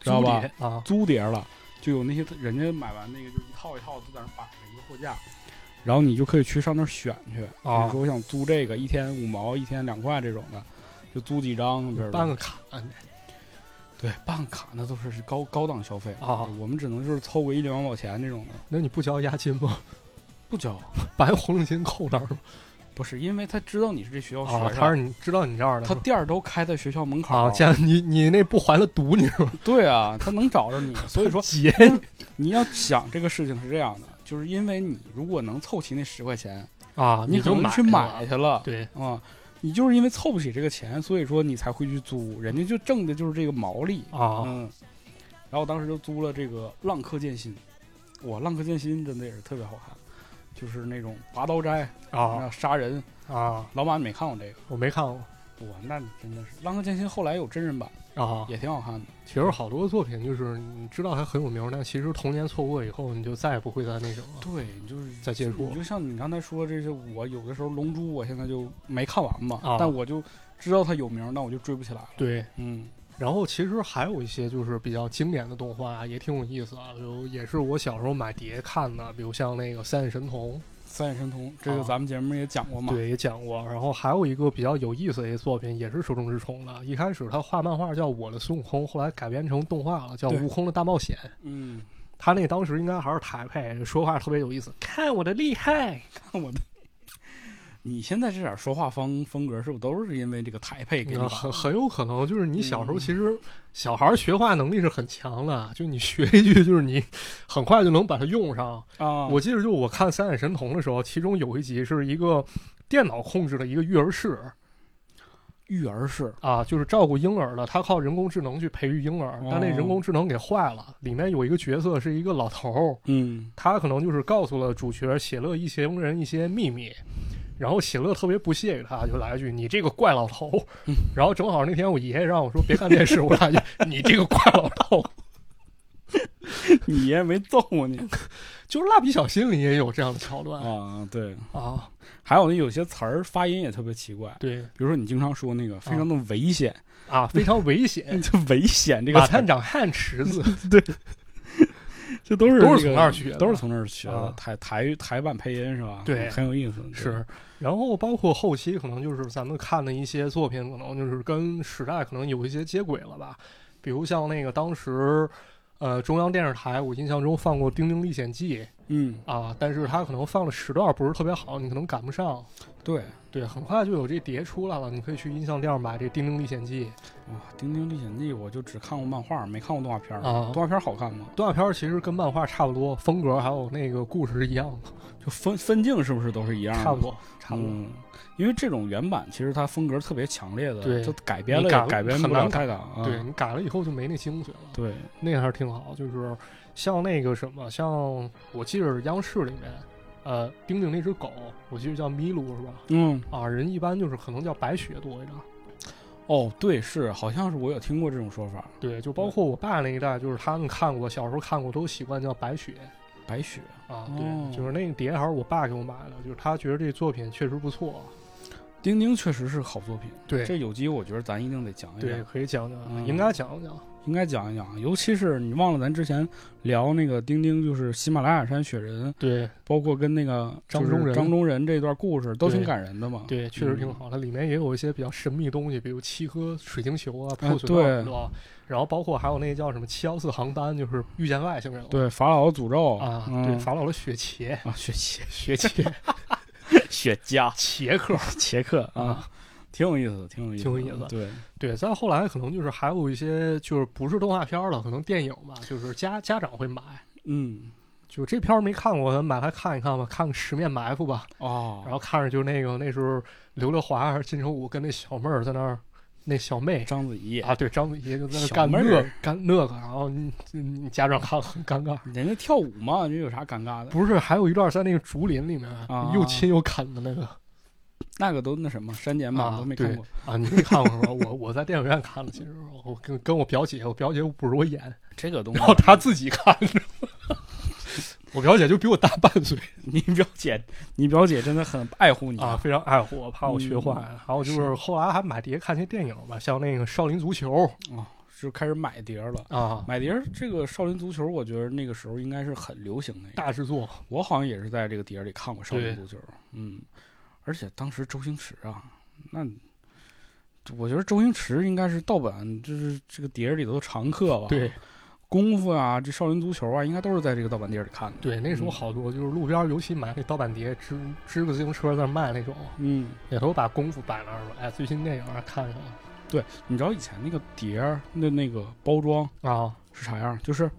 [SPEAKER 1] 知道吧？
[SPEAKER 2] 啊！
[SPEAKER 1] 租碟了，就有那些人家买完那个就是一套一套都在那摆着一个货架，然后你就可以去上那儿选去。
[SPEAKER 2] 啊
[SPEAKER 1] 你说我想租这个，一天五毛，一天两块这种的，就租几张，比如说
[SPEAKER 2] 办个卡啊
[SPEAKER 1] 对办个卡，那都是高高档消费
[SPEAKER 2] 啊
[SPEAKER 1] 我们只能就是凑个一两毛钱这种的，
[SPEAKER 2] 那你不交押金吗？
[SPEAKER 1] 不交。
[SPEAKER 2] 把红领巾扣那儿吗？
[SPEAKER 1] 不是因为他知道你是这学校学
[SPEAKER 2] 啊，
[SPEAKER 1] 生，
[SPEAKER 2] 他是你知道你这样的
[SPEAKER 1] 他店儿都开在学校门口。
[SPEAKER 2] 啊，见你你那不还了毒你是吧？
[SPEAKER 1] 对啊，他能找着 你，所以说
[SPEAKER 2] 姐
[SPEAKER 1] 你要想这个事情是这样的，就是因为你如果能凑齐那十块钱，
[SPEAKER 2] 啊，
[SPEAKER 1] 你可
[SPEAKER 2] 就
[SPEAKER 1] 能去买
[SPEAKER 2] 了
[SPEAKER 1] 去了，
[SPEAKER 2] 对
[SPEAKER 1] 啊，你就是因为凑不起这个钱，所以说你才会去租，人家就挣的就是这个毛利，
[SPEAKER 2] 啊
[SPEAKER 1] 嗯。然后当时就租了这个《浪客剑心》，哇，《浪客剑心》真的也是特别好看，就是那种拔刀斋、
[SPEAKER 2] 啊
[SPEAKER 1] 杀人。
[SPEAKER 2] 啊！
[SPEAKER 1] 老马，你没看过这个？
[SPEAKER 2] 我没看过
[SPEAKER 1] 哇，那你真的是《浪客剑心》后来有真人版，
[SPEAKER 2] 啊。
[SPEAKER 1] 也挺好看的。
[SPEAKER 2] 其实好多作品就是你知道它很有名，但其实童年错过以后，你就再也不会再那什么了。
[SPEAKER 1] 对，就是
[SPEAKER 2] 再接触
[SPEAKER 1] 你就像你刚才说这些，我有的时候《龙珠》，我现在就没看完嘛，
[SPEAKER 2] 啊
[SPEAKER 1] 但我就知道它有名，但我就追不起来了。
[SPEAKER 2] 对，
[SPEAKER 1] 嗯，
[SPEAKER 2] 然后其实还有一些就是比较经典的动画啊也挺有意思啊，有也是我小时候买碟看的，比如像那个《三眼神童
[SPEAKER 1] 三眼神童，这个
[SPEAKER 2] 啊
[SPEAKER 1] 咱们节目也讲过》，嘛。
[SPEAKER 2] 对，也讲过。然后还有一个比较有意思的一个作品，也是手冢治虫的。一开始他画漫画叫《我的孙悟空》，后来改编成动画了，叫
[SPEAKER 1] 对
[SPEAKER 2] 《悟空的大冒险》。
[SPEAKER 1] 嗯，
[SPEAKER 2] 他那当时应该还是台配，说话特别有意思，看我的厉害
[SPEAKER 1] 看我的，你现在这点说话方风格是不是都是因为这个台配给你
[SPEAKER 2] 嗯
[SPEAKER 1] 吧？
[SPEAKER 2] 很很有可能就是你小时候
[SPEAKER 1] 嗯
[SPEAKER 2] 其实小孩学话能力是很强的，就你学一句就是你很快就能把它用上。
[SPEAKER 1] 啊，
[SPEAKER 2] 我记得就我看《三眼神童》的时候，其中有一集是一个电脑控制的一个育儿室
[SPEAKER 1] 育儿是
[SPEAKER 2] 啊，就是照顾婴儿的，他靠人工智能去培育婴儿，但那
[SPEAKER 1] 哦
[SPEAKER 2] 人工智能给坏了。里面有一个角色是一个老头儿，
[SPEAKER 1] 嗯
[SPEAKER 2] 他可能就是告诉了主角喜乐一行人一些秘密。然后喜乐特别不屑于他，就来一句：“你这个怪老头。”
[SPEAKER 1] 嗯
[SPEAKER 2] 然后正好那天我爷爷让我说别看电视，我 来一句：“你这个怪老头。”
[SPEAKER 1] 你爷没揍你
[SPEAKER 2] 就是《蜡笔小新》里也有这样的桥段
[SPEAKER 1] 啊？对，
[SPEAKER 2] 啊，
[SPEAKER 1] 还有那有些词儿发音也特别奇怪，
[SPEAKER 2] 对
[SPEAKER 1] 比如说你经常说那个非常的危险，
[SPEAKER 2] 啊，非常危 险。
[SPEAKER 1] 就危险这个
[SPEAKER 2] 马
[SPEAKER 1] 词儿
[SPEAKER 2] 探，长汉池子，
[SPEAKER 1] 啊这都是
[SPEAKER 2] 都是
[SPEAKER 1] 这个
[SPEAKER 2] 从那儿学的
[SPEAKER 1] 都是从那儿学的
[SPEAKER 2] 啊。
[SPEAKER 1] 台台台版配音是吧？
[SPEAKER 2] 对
[SPEAKER 1] 很有意思。对
[SPEAKER 2] 是，然后包括后期可能就是咱们看的一些作品，可能就是跟时代可能有一些接轨了吧，比如像那个当时。呃，中央电视台，我印象中放过《丁丁历险记》
[SPEAKER 1] 嗯，
[SPEAKER 2] 啊，但是它可能放的时段不是特别好，你可能赶不上。
[SPEAKER 1] 对。
[SPEAKER 2] 对，很快就有这碟出来了，你可以去音像店买这《丁丁历险记
[SPEAKER 1] 哇，《丁丁历险记》我就只看过漫画，没看过动画片儿。》
[SPEAKER 2] 啊
[SPEAKER 1] 动。画片儿好看吗？
[SPEAKER 2] 动画片儿其实跟漫画差不多，风格还有那个故事是一样的，
[SPEAKER 1] 就分分镜是不是都是一样的？
[SPEAKER 2] 差不，多，差不多。
[SPEAKER 1] 嗯，因为这种原版其实它风格特别强烈的，
[SPEAKER 2] 对
[SPEAKER 1] 它改编了
[SPEAKER 2] 你改
[SPEAKER 1] 也改编
[SPEAKER 2] 很
[SPEAKER 1] 不
[SPEAKER 2] 难
[SPEAKER 1] 了
[SPEAKER 2] 改
[SPEAKER 1] 太大啊。
[SPEAKER 2] 对你改了以后就没那精髓了。
[SPEAKER 1] 对，
[SPEAKER 2] 那个还是挺好，就是像那个什么，像我记得央视里面，呃，丁丁那只狗，我记得叫麋鹿是吧？
[SPEAKER 1] 嗯，
[SPEAKER 2] 啊，人一般就是可能叫白雪多一点。
[SPEAKER 1] 哦，对，是，好像是我有听过这种说法，
[SPEAKER 2] 对，就包括我爸那一代，就是他们看过，小时候看过，都习惯叫白雪
[SPEAKER 1] 白雪。
[SPEAKER 2] 啊。
[SPEAKER 1] 哦
[SPEAKER 2] 对，就是那个碟还是我爸给我买的，就是他觉得这作品确实不错。
[SPEAKER 1] 丁丁确实是好作品，
[SPEAKER 2] 对
[SPEAKER 1] 这有机我觉得咱一定得讲一
[SPEAKER 2] 对，
[SPEAKER 1] 讲，
[SPEAKER 2] 可以讲讲，
[SPEAKER 1] 嗯
[SPEAKER 2] 应该讲讲
[SPEAKER 1] 应该讲一讲，尤其是你忘了咱之前聊那个丁丁，就是喜马拉雅山雪人，
[SPEAKER 2] 对
[SPEAKER 1] 包括跟那个
[SPEAKER 2] 张
[SPEAKER 1] 就是
[SPEAKER 2] 中仁
[SPEAKER 1] 张中仁这段故事都挺
[SPEAKER 2] 对
[SPEAKER 1] 感人的嘛。
[SPEAKER 2] 对，确实挺
[SPEAKER 1] 嗯
[SPEAKER 2] 好。它里面也有一些比较神秘东西，比如七颗水晶球啊、
[SPEAKER 1] 哎
[SPEAKER 2] 破损
[SPEAKER 1] 对
[SPEAKER 2] 棒是吧？然后包括还有那叫什么七幺四航班，就是遇见外星人了。
[SPEAKER 1] 嗯对法老的诅咒
[SPEAKER 2] 啊，
[SPEAKER 1] 嗯
[SPEAKER 2] 对，法老的雪茄，
[SPEAKER 1] 啊，雪茄，
[SPEAKER 2] 雪 茄，
[SPEAKER 1] 雪茄，
[SPEAKER 2] 茄克
[SPEAKER 1] 茄克啊
[SPEAKER 2] 啊，
[SPEAKER 1] 挺有意思的，挺有意思的，
[SPEAKER 2] 挺有意思的
[SPEAKER 1] 对，
[SPEAKER 2] 对，再后来可能就是还有一些就是不是动画片了，可能电影吧，就是家家长会买
[SPEAKER 1] 嗯，
[SPEAKER 2] 就这片儿没看过，咱买来看一看吧，看个《十面埋伏》吧。
[SPEAKER 1] 哦，
[SPEAKER 2] 然后看着就那个那时候刘德华还是金城武跟那小妹儿在那儿，那小妹
[SPEAKER 1] 章子怡，
[SPEAKER 2] 啊，对，章子怡就在那
[SPEAKER 1] 小
[SPEAKER 2] 干
[SPEAKER 1] 妹儿
[SPEAKER 2] 那干那个，然后你你家长看很尴尬。
[SPEAKER 1] 人家跳舞嘛，你有啥尴尬的？
[SPEAKER 2] 不是，还有一段在那个竹林里面、
[SPEAKER 1] 啊
[SPEAKER 2] 又亲又啃的那个
[SPEAKER 1] 那个都那什么删减版
[SPEAKER 2] 啊
[SPEAKER 1] 都没
[SPEAKER 2] 对
[SPEAKER 1] 看过。
[SPEAKER 2] 啊，你没看过是吧？我我在电影院看了，其实我跟跟我表姐，我表姐不如 我演，
[SPEAKER 1] 这个东西
[SPEAKER 2] 然，后她自己看着。 我表姐就比我大半岁
[SPEAKER 1] 你表姐，你表姐真的很爱护你
[SPEAKER 2] 啊，。非常爱护我，怕我学坏
[SPEAKER 1] 嗯
[SPEAKER 2] 了。还有就是后来还买碟看些电影吧，像那个《少林足球》
[SPEAKER 1] 哦，就开始买碟儿了。
[SPEAKER 2] 啊，
[SPEAKER 1] 买碟儿，这个少林足球，我觉得那个时候应该是很流行的一个。
[SPEAKER 2] 大制作
[SPEAKER 1] 我好像也是在这个碟儿里看过少林
[SPEAKER 2] 对
[SPEAKER 1] 足球，嗯，而且当时周星驰啊，那我觉得周星驰应该是盗版，就是这个碟儿里头的常客吧。，
[SPEAKER 2] 对
[SPEAKER 1] 功夫啊，这少林足球啊，应该都是在这个盗版碟儿里看的。
[SPEAKER 2] 对，那时候好多就是路边儿，尤其买那盗版碟，支支个自行车在那儿卖那种，
[SPEAKER 1] 嗯，
[SPEAKER 2] 也都把功夫摆那儿了。哎，最新电影儿看看了
[SPEAKER 1] 你知道以前那个碟儿那那个包装
[SPEAKER 2] 啊，
[SPEAKER 1] 是啥样？就是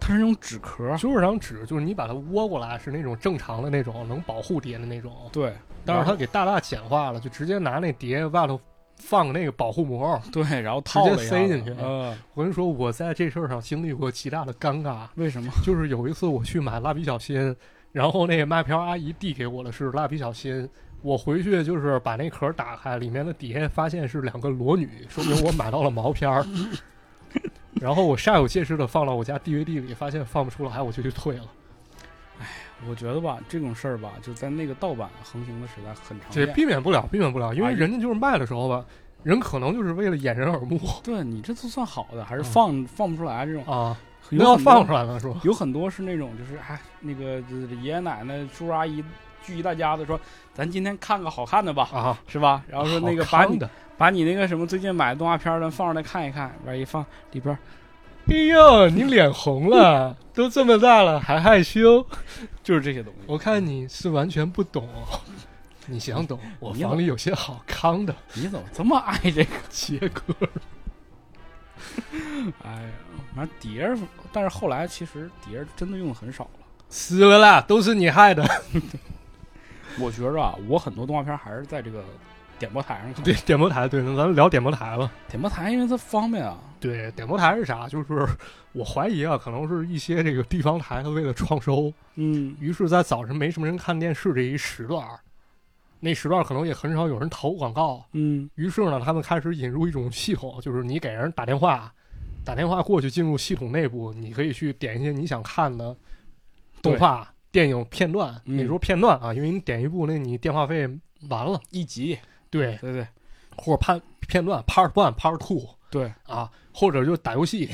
[SPEAKER 1] 它是那种纸壳儿，
[SPEAKER 2] 就是张纸，就是你把它窝过来是那种正常的那种能保护碟的那种，
[SPEAKER 1] 对，
[SPEAKER 2] 但是
[SPEAKER 1] 然后
[SPEAKER 2] 它给大大简化了，就直接拿那碟外头放个那个保护膜。
[SPEAKER 1] 对，然后套了一下
[SPEAKER 2] 塞
[SPEAKER 1] 子
[SPEAKER 2] 进去
[SPEAKER 1] 呃，
[SPEAKER 2] 我跟你说，我在这事儿上经历过极大的尴尬，
[SPEAKER 1] 为什么？
[SPEAKER 2] 就是有一次我去买蜡笔小新，然后那个卖票阿姨递给我的是蜡笔小新。我回去就是把那壳打开，里面的碟发现是两个裸女，说明我买到了毛片儿。 然后我煞有介事的放到我家 DVD 里，发现放不出来，我就去退
[SPEAKER 1] 哎
[SPEAKER 2] 了。
[SPEAKER 1] 我觉得吧，这种事儿吧，就在那个盗版横行的时代很常
[SPEAKER 2] 这
[SPEAKER 1] 见。
[SPEAKER 2] 避免不了，避免不了，因
[SPEAKER 1] 阿
[SPEAKER 2] 为
[SPEAKER 1] 姨
[SPEAKER 2] 人家就是卖的时候吧，人可能就是为了掩人耳 目
[SPEAKER 1] 对你这都算好的，还是
[SPEAKER 2] 嗯
[SPEAKER 1] 放、放不出来这种。
[SPEAKER 2] 啊，
[SPEAKER 1] 有
[SPEAKER 2] 那要
[SPEAKER 1] 很多
[SPEAKER 2] 放出来了是吧？
[SPEAKER 1] 有很多是那种就是哎，那个就是爷爷奶奶、叔叔阿姨聚一大家子说，咱今天看个好看的吧，
[SPEAKER 2] 啊，
[SPEAKER 1] 是吧？然后说那个
[SPEAKER 2] 好
[SPEAKER 1] 把
[SPEAKER 2] 看
[SPEAKER 1] 你
[SPEAKER 2] 的，
[SPEAKER 1] 把你那个什么最近买的动画片儿，咱放上来看一看，完一放里边儿，
[SPEAKER 2] 哎呦，你脸红了，都这么大了还害羞。
[SPEAKER 1] 就是这些东西。
[SPEAKER 2] 我看你是完全不懂， 你想懂？ 我
[SPEAKER 1] 你要
[SPEAKER 2] 房里有些好康的
[SPEAKER 1] 你怎么这么爱这个？
[SPEAKER 2] 杰哥
[SPEAKER 1] 哎呀，反正碟儿，但是后来其实碟儿真的用的很少了。
[SPEAKER 2] 死了啦，都是你害的。
[SPEAKER 1] 我觉着啊，我很多动画片儿还是在这个点播台上看。
[SPEAKER 2] 对，，点播台，对，那咱们聊点播台吧。
[SPEAKER 1] 点播台因为它方便啊。
[SPEAKER 2] 对，点播台是啥？就是我怀疑啊，可能是一些这个地方台，它为了创收，
[SPEAKER 1] 嗯，
[SPEAKER 2] 于是，在早晨没什么人看电视这一时段儿，那时段儿可能也很少有人投广告，
[SPEAKER 1] 嗯，
[SPEAKER 2] 于是呢，他们开始引入一种系统，就是你给人打电话，打电话过去进入系统内部，你可以去点一些你想看的动画、电影片段。
[SPEAKER 1] 嗯
[SPEAKER 2] 你说片段啊，因为你点一部，那你电话费完了。
[SPEAKER 1] 一集，
[SPEAKER 2] 对，
[SPEAKER 1] 对对
[SPEAKER 2] 或者判片段 Part One、Part Two
[SPEAKER 1] 对，
[SPEAKER 2] 啊，或者就打游戏，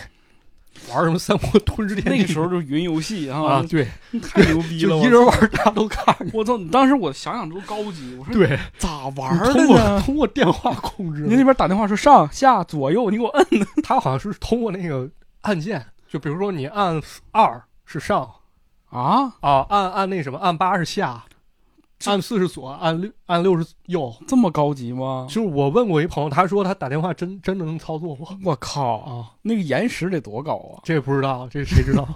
[SPEAKER 2] 玩什么《三国吞噬天
[SPEAKER 1] 那
[SPEAKER 2] 地
[SPEAKER 1] 个》时候就是云游戏啊
[SPEAKER 2] 啊，，对，
[SPEAKER 1] 太 牛逼了！
[SPEAKER 2] 就一
[SPEAKER 1] 我
[SPEAKER 2] 人玩，大家都看。
[SPEAKER 1] 我操！你当时我想想都高级，我说
[SPEAKER 2] 对，
[SPEAKER 1] 咋玩儿的
[SPEAKER 2] 通过
[SPEAKER 1] 呢？
[SPEAKER 2] 通过电话控制
[SPEAKER 1] 你，那边打电话说上下左右，你给我摁。
[SPEAKER 2] 他好像是通过那个按键，就比如说你按二是上。
[SPEAKER 1] 啊，
[SPEAKER 2] 啊，按按那什么，按八是下，
[SPEAKER 1] 这
[SPEAKER 2] 按四是左，按六按六是右。
[SPEAKER 1] 这么高级吗
[SPEAKER 2] 就？是我问过一朋友，他说他打电话真真的能操作过
[SPEAKER 1] 我靠，
[SPEAKER 2] 啊，
[SPEAKER 1] 那个延时得多高啊！
[SPEAKER 2] 这不知道，这 谁知道？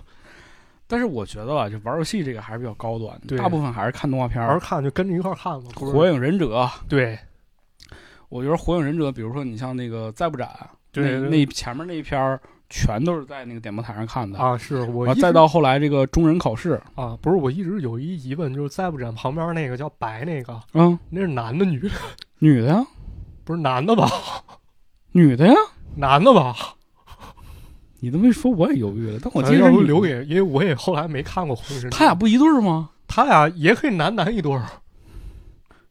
[SPEAKER 1] 但是我觉得啊吧，就玩游戏这个还是比较高端的，
[SPEAKER 2] 对
[SPEAKER 1] 大部分还是看动画片
[SPEAKER 2] 玩
[SPEAKER 1] 儿
[SPEAKER 2] 儿。看就跟着一块儿看吧。不是
[SPEAKER 1] 火影忍者，
[SPEAKER 2] 对
[SPEAKER 1] 我觉得火影忍者，比如说你像那个再不斩，
[SPEAKER 2] 对
[SPEAKER 1] 那
[SPEAKER 2] 对
[SPEAKER 1] 那前面那一篇儿全都是在那个点播台上看的。
[SPEAKER 2] 啊，是我
[SPEAKER 1] 啊
[SPEAKER 2] 一直
[SPEAKER 1] 再到后来这个中忍考试，
[SPEAKER 2] 啊，不是我一直有一疑问，就是再不斩旁边那个叫白那个，
[SPEAKER 1] 嗯，
[SPEAKER 2] 那是男的女的？
[SPEAKER 1] 女的呀，
[SPEAKER 2] 不是男的吧？
[SPEAKER 1] 女的呀，
[SPEAKER 2] 男的吧？
[SPEAKER 1] 你这么一说我也犹豫了，但我记
[SPEAKER 2] 咱
[SPEAKER 1] 得
[SPEAKER 2] 啊要
[SPEAKER 1] 是
[SPEAKER 2] 不
[SPEAKER 1] 女的
[SPEAKER 2] 留给，因为我也后来没看过《红神》，
[SPEAKER 1] 他俩不一对儿吗？
[SPEAKER 2] 他俩也可以男男一对儿。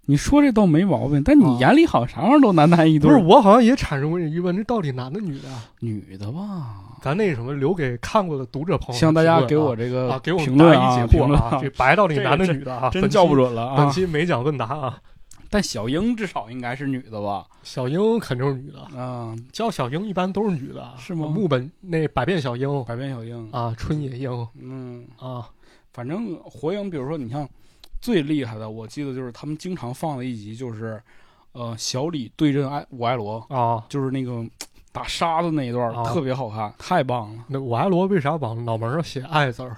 [SPEAKER 1] 你说这倒没毛病，但你
[SPEAKER 2] 啊
[SPEAKER 1] 眼里好像啥玩意儿都男男一对
[SPEAKER 2] 不是，
[SPEAKER 1] 儿，
[SPEAKER 2] 我好像也产生过这疑问，这到底男的女的啊？
[SPEAKER 1] 女的吧？
[SPEAKER 2] 咱那什么留给看过的读者朋友们
[SPEAKER 1] 希望大家给
[SPEAKER 2] 评论
[SPEAKER 1] 我这
[SPEAKER 2] 哦啊
[SPEAKER 1] 个
[SPEAKER 2] 啊给我
[SPEAKER 1] 评
[SPEAKER 2] 们
[SPEAKER 1] 论
[SPEAKER 2] 答疑解
[SPEAKER 1] 评
[SPEAKER 2] 惑
[SPEAKER 1] 论
[SPEAKER 2] 啊，这白到底男的女的啊，
[SPEAKER 1] 真叫不
[SPEAKER 2] 准。
[SPEAKER 1] 准了
[SPEAKER 2] 本
[SPEAKER 1] 啊！
[SPEAKER 2] 期美奖问答啊，
[SPEAKER 1] 但小英至少应该是女的吧？
[SPEAKER 2] 小英肯定是女的，
[SPEAKER 1] 嗯，
[SPEAKER 2] 叫小英一般都是女的，啊
[SPEAKER 1] 是吗
[SPEAKER 2] 木本那百变小樱
[SPEAKER 1] 百变小樱，
[SPEAKER 2] 啊，春野樱
[SPEAKER 1] 嗯，
[SPEAKER 2] 啊，
[SPEAKER 1] 反正火影，比如说你像最厉害的，我记得就是他们经常放的一集就是，呃，小李对阵爱我爱罗，
[SPEAKER 2] 啊，
[SPEAKER 1] 就是那个打沙子那一段儿，
[SPEAKER 2] 啊
[SPEAKER 1] 特别好看，太棒了。
[SPEAKER 2] 那我爱罗为啥往脑门上写爱字儿？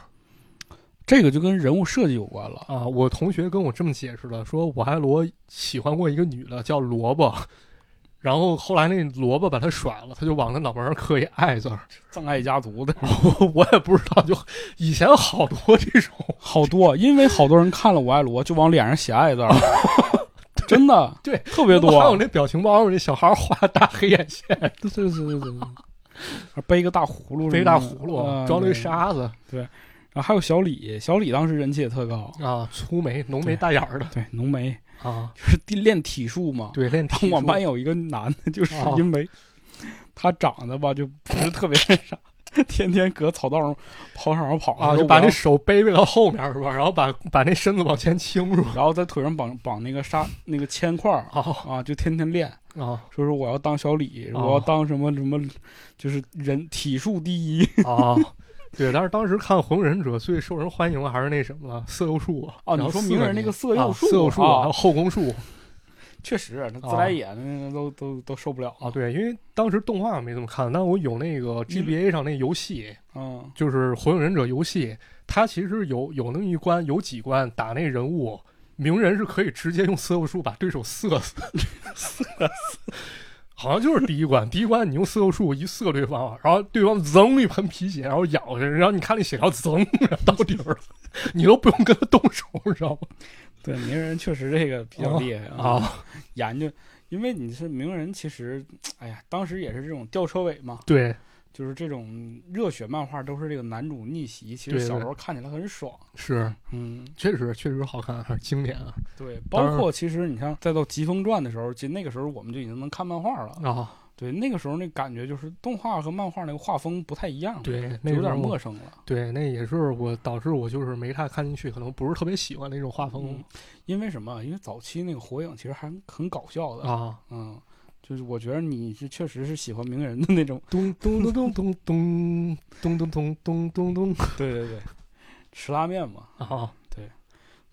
[SPEAKER 1] 这个就跟人物设计有关了。
[SPEAKER 2] 啊，我同学跟我这么解释的，说我还罗喜欢过一个女的叫萝卜，然后后来那萝卜把他甩了，他就往他脑门上刻一爱字儿。
[SPEAKER 1] 葬爱家族的
[SPEAKER 2] 我 我也不知道，就以前好多这种，
[SPEAKER 1] 好多，因为好多人看了《我爱罗》就往脸上写爱字儿，真的
[SPEAKER 2] 对
[SPEAKER 1] 特别多。啊
[SPEAKER 2] 还有那表情包，那小孩画大黑眼线，
[SPEAKER 1] 对对对对对对，还背个大葫芦什么的，
[SPEAKER 2] 背大葫芦，
[SPEAKER 1] 嗯啊
[SPEAKER 2] 装了一
[SPEAKER 1] 对
[SPEAKER 2] 沙子
[SPEAKER 1] 然后还有小李，小李当时人气也特高，
[SPEAKER 2] 啊，粗眉浓眉
[SPEAKER 1] 对
[SPEAKER 2] 大眼儿的
[SPEAKER 1] 对，浓眉
[SPEAKER 2] 啊，
[SPEAKER 1] 就是练体术嘛。
[SPEAKER 2] 对，练体
[SPEAKER 1] 然后我们
[SPEAKER 2] 术
[SPEAKER 1] 班有一个男的，就是
[SPEAKER 2] 啊
[SPEAKER 1] 因为他长得吧就不是 特别那啥，天天搁草道上跑场上跑
[SPEAKER 2] 啊，
[SPEAKER 1] 说
[SPEAKER 2] 就把
[SPEAKER 1] 我要
[SPEAKER 2] 那手背背到后面是吧？然后把把那身子往前倾是吧？
[SPEAKER 1] 然后在腿上绑绑那个纱那个铅块儿
[SPEAKER 2] 啊
[SPEAKER 1] 啊，就天天练。
[SPEAKER 2] 啊
[SPEAKER 1] 说是我要当小李，
[SPEAKER 2] 哦
[SPEAKER 1] 我要当什么什么，就是人体术第一
[SPEAKER 2] 啊！对，但是当时看《火影忍者》最受人欢迎的还是那什么色诱术啊
[SPEAKER 1] 哦。
[SPEAKER 2] 然
[SPEAKER 1] 你
[SPEAKER 2] 后
[SPEAKER 1] 说
[SPEAKER 2] 四
[SPEAKER 1] 鸣
[SPEAKER 2] 个
[SPEAKER 1] 人那
[SPEAKER 2] 女
[SPEAKER 1] 个色诱
[SPEAKER 2] 啊
[SPEAKER 1] 术
[SPEAKER 2] 色诱术
[SPEAKER 1] 啊
[SPEAKER 2] 还有后宫术
[SPEAKER 1] 确实，那
[SPEAKER 2] 哦
[SPEAKER 1] 自来也那个都都都受不了
[SPEAKER 2] 啊。。对，因为当时动画没怎么看，但我有那个 GBA 上那游戏，
[SPEAKER 1] 嗯，
[SPEAKER 2] 就是《火影忍者》游戏，它其实有有那么一关，有几关打那人物，鸣人是可以直接用色诱术把对手射死， 射死。好像就是第一关，第一关你用色诱术一射对方，然后对方噌一盆皮血，然后咬下去，然后你看那血条噌到底儿了，你都不用跟他动手，你知道吗？
[SPEAKER 1] 对，鸣人确实这个比较厉害啊，
[SPEAKER 2] 啊，
[SPEAKER 1] 研究，因为你是鸣人，其实，哎呀，当时也是这种吊车尾嘛，
[SPEAKER 2] 对
[SPEAKER 1] 就是这种热血漫画都是这个男主逆袭，其
[SPEAKER 2] 对
[SPEAKER 1] 实
[SPEAKER 2] 对
[SPEAKER 1] 小时候看起来很爽。
[SPEAKER 2] 是，
[SPEAKER 1] 嗯，
[SPEAKER 2] 确实确实好看，还是经典啊
[SPEAKER 1] 对，
[SPEAKER 2] 当然
[SPEAKER 1] 包括其实你像再到《疾风传》的时候，就那个时候我们就已经能看漫画了。
[SPEAKER 2] 啊！
[SPEAKER 1] 对，那个时候那感觉就是动画和漫画那个画风不太一样，，
[SPEAKER 2] 对，那
[SPEAKER 1] 有点
[SPEAKER 2] 陌
[SPEAKER 1] 陌
[SPEAKER 2] 生。
[SPEAKER 1] 生了。
[SPEAKER 2] 对，那也是我导致我就是没太看进去，可能不是特别喜欢那种画风
[SPEAKER 1] 嗯，因为什么？因为早期那个火影其实还很搞笑的，
[SPEAKER 2] 啊，
[SPEAKER 1] 嗯，就是我觉得你是确实是喜欢鸣人的那种，
[SPEAKER 2] 咚咚咚咚咚咚咚咚咚咚咚 咚
[SPEAKER 1] 对对对，吃拉面嘛。
[SPEAKER 2] 啊，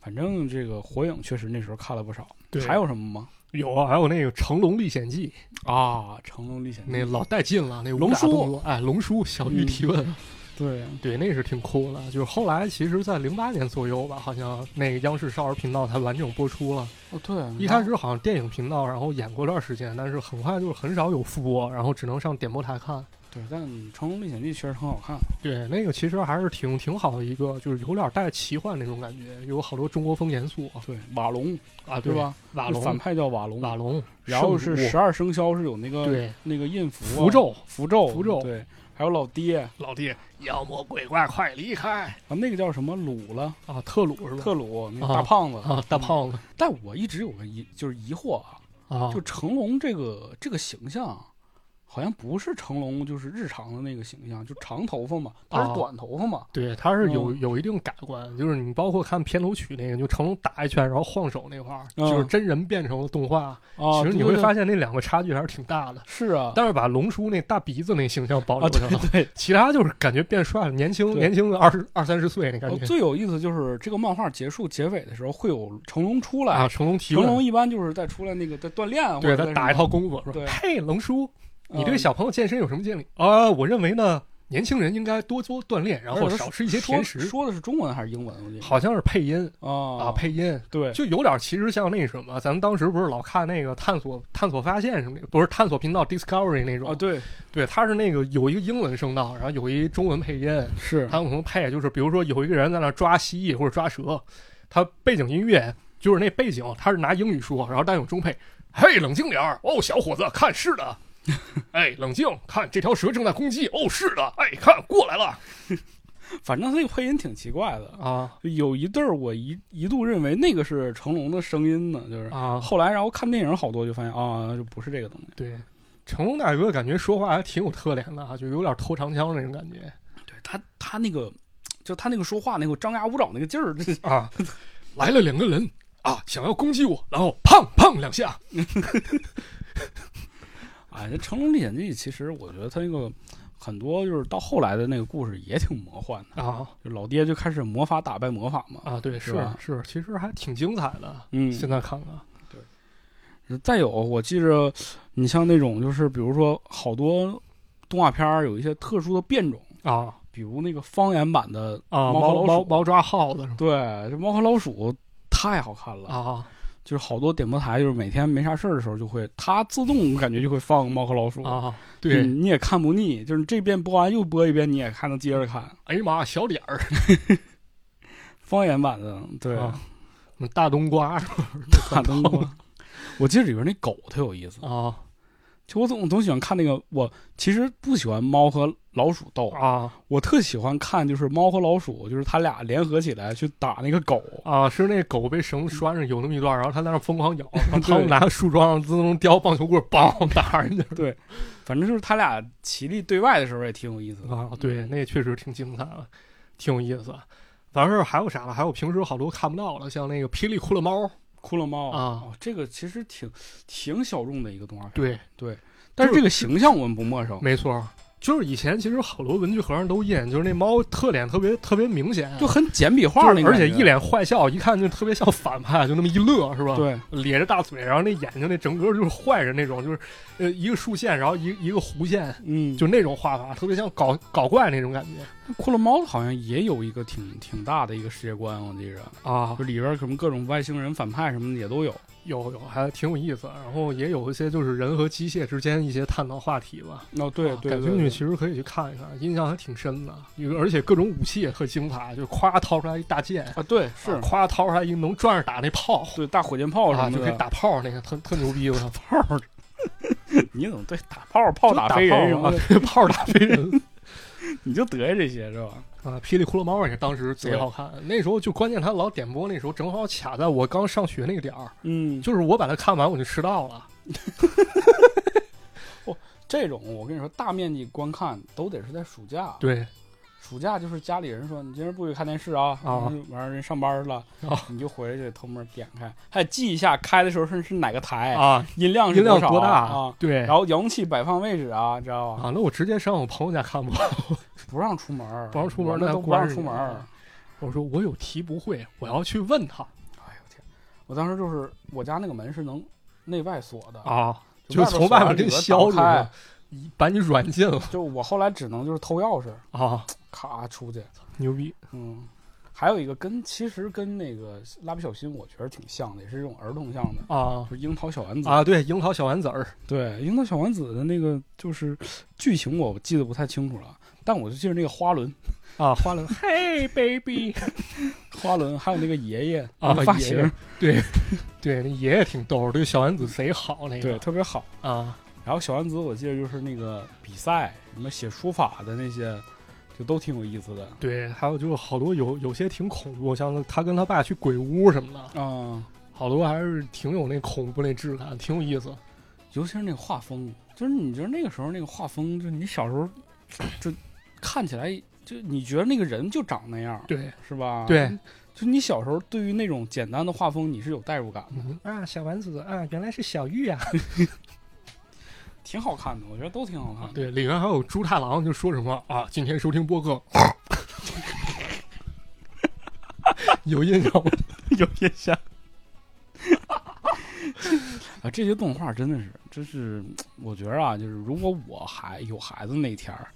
[SPEAKER 1] 反正这个火影确实那时候看了不少，
[SPEAKER 2] 对，
[SPEAKER 1] 还有什么吗？
[SPEAKER 2] 有啊，还有那个《成龙历险记》，
[SPEAKER 1] 啊，《成龙历险记》
[SPEAKER 2] 那老带劲了，那
[SPEAKER 1] 龙
[SPEAKER 2] 武打
[SPEAKER 1] 叔
[SPEAKER 2] 动作，哎，龙叔小玉
[SPEAKER 1] 嗯
[SPEAKER 2] 提问，
[SPEAKER 1] 对，
[SPEAKER 2] 对，那是挺酷的。就是后来其实，在零八年左右吧，好像那个央视少儿频道才完整播出了。
[SPEAKER 1] 哦对，
[SPEAKER 2] 一开始好像电影频道，然后演过段时间，但是很快就是很少有复播，然后只能上点播台看。
[SPEAKER 1] 对，但《成龙历险记》确实很好看。啊
[SPEAKER 2] 对，那个其实还是挺挺好的一个，就是有点带奇幻那种感觉，有好多中国风元素
[SPEAKER 1] 对，瓦龙
[SPEAKER 2] 啊，
[SPEAKER 1] 对？吧？
[SPEAKER 2] 瓦
[SPEAKER 1] 就反
[SPEAKER 2] 龙，
[SPEAKER 1] 派叫瓦龙，
[SPEAKER 2] 瓦龙，
[SPEAKER 1] 然后
[SPEAKER 2] 圣
[SPEAKER 1] 是
[SPEAKER 2] 母
[SPEAKER 1] 十二生肖是有那个
[SPEAKER 2] 对
[SPEAKER 1] 那个印符、啊
[SPEAKER 2] 符、咒，
[SPEAKER 1] 符咒、
[SPEAKER 2] 符咒
[SPEAKER 1] 对，还有老爹啊，
[SPEAKER 2] 老弟，妖魔鬼怪快离开
[SPEAKER 1] 那个叫什么鲁了，
[SPEAKER 2] 啊！特鲁是吧？
[SPEAKER 1] 特鲁那个
[SPEAKER 2] 啊
[SPEAKER 1] 大胖子
[SPEAKER 2] 啊，大。胖子
[SPEAKER 1] 但我一直有个疑，就是疑惑啊，
[SPEAKER 2] 啊，
[SPEAKER 1] 就成龙这个这个形象，好像不是成龙就是日常的那个形象，就长头发嘛，他
[SPEAKER 2] 啊
[SPEAKER 1] 是短头发嘛，
[SPEAKER 2] 对，他是有
[SPEAKER 1] 嗯
[SPEAKER 2] 有一定改观，就是你包括看片头曲那个，就成龙打一圈然后晃手那块儿，
[SPEAKER 1] 嗯
[SPEAKER 2] 就是真人变成了动画，
[SPEAKER 1] 啊，
[SPEAKER 2] 其实你
[SPEAKER 1] 对
[SPEAKER 2] 会
[SPEAKER 1] 对
[SPEAKER 2] 发现那两个差距还是挺大的。
[SPEAKER 1] 是啊，
[SPEAKER 2] 但是把龙叔那大鼻子那形象保
[SPEAKER 1] 啊
[SPEAKER 2] 留着了，
[SPEAKER 1] 对对，
[SPEAKER 2] 其他就是感觉变帅了，年轻
[SPEAKER 1] 对
[SPEAKER 2] 年轻个二十二三十岁那感
[SPEAKER 1] 哦
[SPEAKER 2] 觉。
[SPEAKER 1] 最有意思就是这个漫画结束结尾的时候会有成龙出来，
[SPEAKER 2] 啊，成龙提
[SPEAKER 1] 成
[SPEAKER 2] 问，
[SPEAKER 1] 龙一般就是在出来那个在锻炼啊，或
[SPEAKER 2] 对
[SPEAKER 1] 者
[SPEAKER 2] 他
[SPEAKER 1] 在
[SPEAKER 2] 打一
[SPEAKER 1] 什么
[SPEAKER 2] 套功夫说
[SPEAKER 1] 对：“
[SPEAKER 2] 嘿，龙叔，你对
[SPEAKER 1] 嗯
[SPEAKER 2] 小朋友健身有什么建议啊？我认为呢，年轻人应该多多锻炼，然后
[SPEAKER 1] 而且
[SPEAKER 2] 少吃一些
[SPEAKER 1] 说
[SPEAKER 2] 甜食。
[SPEAKER 1] 说的是中文还是英文？我记”得
[SPEAKER 2] 好像是配音
[SPEAKER 1] 啊
[SPEAKER 2] 啊，配音
[SPEAKER 1] 对
[SPEAKER 2] 就有点其实像那什么，咱们当时不是老看那个探索探索发现什么的，不是探索频道 Discovery 那种
[SPEAKER 1] 啊，对
[SPEAKER 2] 对，它是那个有一个英文声道，然后有一中文配音，
[SPEAKER 1] 是
[SPEAKER 2] 他有可能配就是比如说有一个人在那抓蜥蜴或者抓蛇，他背景音乐就是那背景，他是拿英语说，然后但有中配，嘿，冷静点儿，哦，小伙子，看是的， 哎，冷静，看这条蛇正在攻击，哦，是的，哎，看过来了
[SPEAKER 1] 反正他那个配音挺奇怪的。
[SPEAKER 2] 啊
[SPEAKER 1] 就有一对儿，我一一度认为那个是成龙的声音呢，就是
[SPEAKER 2] 啊，
[SPEAKER 1] 后来然后看电影好多就发现啊，就不是这个东西。
[SPEAKER 2] 对，成龙大哥感觉说话还挺有特点的啊，就有点偷长枪那种感觉
[SPEAKER 1] 对他他那个就他那个说话那个张牙舞爪那个劲儿，这
[SPEAKER 2] 啊，来了两个人啊，想要攻击我，然后砰砰两下，
[SPEAKER 1] 哎，这《成龙历险记》其实我觉得他那个很多就是到后来的那个故事也挺魔幻的，
[SPEAKER 2] 啊
[SPEAKER 1] 就老爹就开始魔法打败魔法嘛。
[SPEAKER 2] 啊，对，
[SPEAKER 1] 是
[SPEAKER 2] 是
[SPEAKER 1] 吧
[SPEAKER 2] 是，其实还挺精彩的。
[SPEAKER 1] 嗯，
[SPEAKER 2] 现在看看，
[SPEAKER 1] 再有，我记着你像那种就是比如说好多动画片儿有一些特殊的变种，
[SPEAKER 2] 啊
[SPEAKER 1] 比如那个方言版的
[SPEAKER 2] 啊，
[SPEAKER 1] 猫和
[SPEAKER 2] 猫
[SPEAKER 1] 老
[SPEAKER 2] 猫
[SPEAKER 1] 鼠
[SPEAKER 2] 猫抓耗子是吗？
[SPEAKER 1] 对，这《猫和老鼠》太好看了，
[SPEAKER 2] 啊
[SPEAKER 1] 就是好多点播台，就是每天没啥事儿的时候就会，它自动感觉就会放《猫和老鼠》
[SPEAKER 2] 啊，
[SPEAKER 1] 嗯，你也看不腻，就是这遍播完又播一遍，你也还能接着看
[SPEAKER 2] 哎呀妈，小脸儿，
[SPEAKER 1] 方言版的，对，
[SPEAKER 2] 啊嗯大冬瓜是吧
[SPEAKER 1] 大灯光。我记得里边那狗特有意思，
[SPEAKER 2] 啊
[SPEAKER 1] 就我总总喜欢看那个，我其实不喜欢猫和老鼠斗，
[SPEAKER 2] 啊
[SPEAKER 1] 我特喜欢看就是猫和老鼠，就是他俩联合起来去打那个狗，
[SPEAKER 2] 啊！是那狗被绳子拴上，有那么一段，然后它在那儿疯 狂咬，然后他
[SPEAKER 1] 对
[SPEAKER 2] 们拿树桩自动叼棒球棍儿，梆打人家
[SPEAKER 1] 对，反正就是他俩齐力对外的时候也挺有意思的。
[SPEAKER 2] 啊！对，那确实挺精彩的，挺有意思。完事儿还有啥了？还有平时好多看不到的，像那个霹雳骷髅猫，
[SPEAKER 1] 骷髅猫
[SPEAKER 2] 啊
[SPEAKER 1] 哦这个其实挺挺小众的一个动画片，
[SPEAKER 2] 对，
[SPEAKER 1] 但是
[SPEAKER 2] 就
[SPEAKER 1] 这个形象我们不陌生，
[SPEAKER 2] 没错儿，就是以前其实好多文具盒上都印，就是那猫特脸特别特别明显，
[SPEAKER 1] 就很简笔
[SPEAKER 2] 就是
[SPEAKER 1] 画那个，
[SPEAKER 2] 而且一。脸坏笑，一看就特别像反派，就那么一乐，是吧？，
[SPEAKER 1] 对，
[SPEAKER 2] 咧着大嘴，然后那眼睛那整个就是坏人那种，就是呃一个竖线，然后一一个弧线，
[SPEAKER 1] 嗯，
[SPEAKER 2] 就那种画法，特别像搞搞怪那种感觉
[SPEAKER 1] 骷髅猫好像也有一个挺挺大的一个世界观，我记着，
[SPEAKER 2] 啊
[SPEAKER 1] 就，里边什么各种外星人、反派什么的也都有。
[SPEAKER 2] 有有还挺有意思。然后也有一些就是人和机械之间一些探讨话题吧。
[SPEAKER 1] 哦，对
[SPEAKER 2] 啊
[SPEAKER 1] 对
[SPEAKER 2] 感
[SPEAKER 1] 对
[SPEAKER 2] 兴趣
[SPEAKER 1] 对
[SPEAKER 2] 其实可以去看一看，印象还挺深的。一个而且各种武器也特精彩，就夸掏出来一大剑，
[SPEAKER 1] 啊，对是
[SPEAKER 2] 啊，夸掏出来一个能转着打那炮，
[SPEAKER 1] 对大火箭炮什
[SPEAKER 2] 啊就
[SPEAKER 1] 么
[SPEAKER 2] 可以
[SPEAKER 1] 的，
[SPEAKER 2] 打炮那个，特特牛逼，我操！
[SPEAKER 1] 炮儿。你怎么对打炮儿炮
[SPEAKER 2] 就
[SPEAKER 1] 打飞人 什么的，
[SPEAKER 2] 炮啊，炮打飞人
[SPEAKER 1] 你就得这些是吧？
[SPEAKER 2] 啊！霹雳骷髅猫也当时贼好看，那时候就关键它老点播，那时候正好卡在我刚上学那个点儿，
[SPEAKER 1] 嗯，就
[SPEAKER 2] 就是我把它看完我就迟到
[SPEAKER 1] 啊
[SPEAKER 2] 了
[SPEAKER 1] 这种我跟你说，大面积观看都得是在暑假。
[SPEAKER 2] 对
[SPEAKER 1] 暑假就是家里人说你今儿不许看电视啊，
[SPEAKER 2] 啊
[SPEAKER 1] 完事儿人上班了
[SPEAKER 2] 啊，
[SPEAKER 1] 你就回去得偷摸点开，还得记一下开的时候是是哪个台，
[SPEAKER 2] 啊，
[SPEAKER 1] 音量是
[SPEAKER 2] 音量
[SPEAKER 1] 少
[SPEAKER 2] 多大？
[SPEAKER 1] 啊，
[SPEAKER 2] 对
[SPEAKER 1] 然后遥控器摆放位置啊，知道吧？
[SPEAKER 2] 啊，那我直接上我朋友家看吧。
[SPEAKER 1] 不让出门儿，
[SPEAKER 2] 啊不让出门儿
[SPEAKER 1] 我
[SPEAKER 2] 那
[SPEAKER 1] 那都不
[SPEAKER 2] 关
[SPEAKER 1] 让
[SPEAKER 2] 着
[SPEAKER 1] 出
[SPEAKER 2] 你啊
[SPEAKER 1] 门儿。
[SPEAKER 2] 我说我有题不会，我要去问他
[SPEAKER 1] 哎呦我天！我当时就是我家那个门是能内外锁的，
[SPEAKER 2] 啊，
[SPEAKER 1] 就
[SPEAKER 2] 就从外面
[SPEAKER 1] 给
[SPEAKER 2] 给削出
[SPEAKER 1] 开
[SPEAKER 2] 去，，一把你软禁了
[SPEAKER 1] 就我后来只能就是偷钥匙，
[SPEAKER 2] 啊，
[SPEAKER 1] 咔出去。
[SPEAKER 2] 牛逼
[SPEAKER 1] 嗯，还有一个跟其实跟那个蜡笔小新我觉得挺像的，也是这种儿童向的，
[SPEAKER 2] 啊
[SPEAKER 1] 就是樱桃小丸子。
[SPEAKER 2] 啊！对，樱桃小丸 子儿
[SPEAKER 1] 对，樱桃小丸子的那个就是剧情我记得不太清楚了，但我就记得那个花轮，
[SPEAKER 2] 啊，花轮， 嘿，baby。
[SPEAKER 1] 花轮还有那个爷爷
[SPEAKER 2] 啊
[SPEAKER 1] 那个发
[SPEAKER 2] 爷
[SPEAKER 1] 型
[SPEAKER 2] 爷，对， 对，那爷爷挺逗，对小丸子贼好那
[SPEAKER 1] 对，
[SPEAKER 2] 个。
[SPEAKER 1] 特别好。
[SPEAKER 2] 啊
[SPEAKER 1] 然后小丸子我记得就是那个比赛，什么写书法的那些，就都挺有意思的。
[SPEAKER 2] 对，还有就是好多有有些挺恐怖，像他跟他爸去鬼屋什么的，
[SPEAKER 1] 嗯，
[SPEAKER 2] 好多还是挺有那恐怖那质感，挺有意思。
[SPEAKER 1] 尤其是那个画风，就是你觉得那个时候那个画风，就你小时候就看起来，就你觉得那个人就长那样，
[SPEAKER 2] 对
[SPEAKER 1] 是吧？
[SPEAKER 2] 对，，
[SPEAKER 1] 就你小时候对于那种简单的画风，你是有代入感的，
[SPEAKER 2] 嗯啊，小丸子啊，原来是小玉啊。
[SPEAKER 1] 挺好看的，我觉得都挺好看的。
[SPEAKER 2] 对，里面还有猪太郎，就说什么啊，今天收听播 客，有印象 吗？
[SPEAKER 1] 有印象。啊，这些动画真的是，真是，我觉得啊，就是如果我还有孩子那天儿，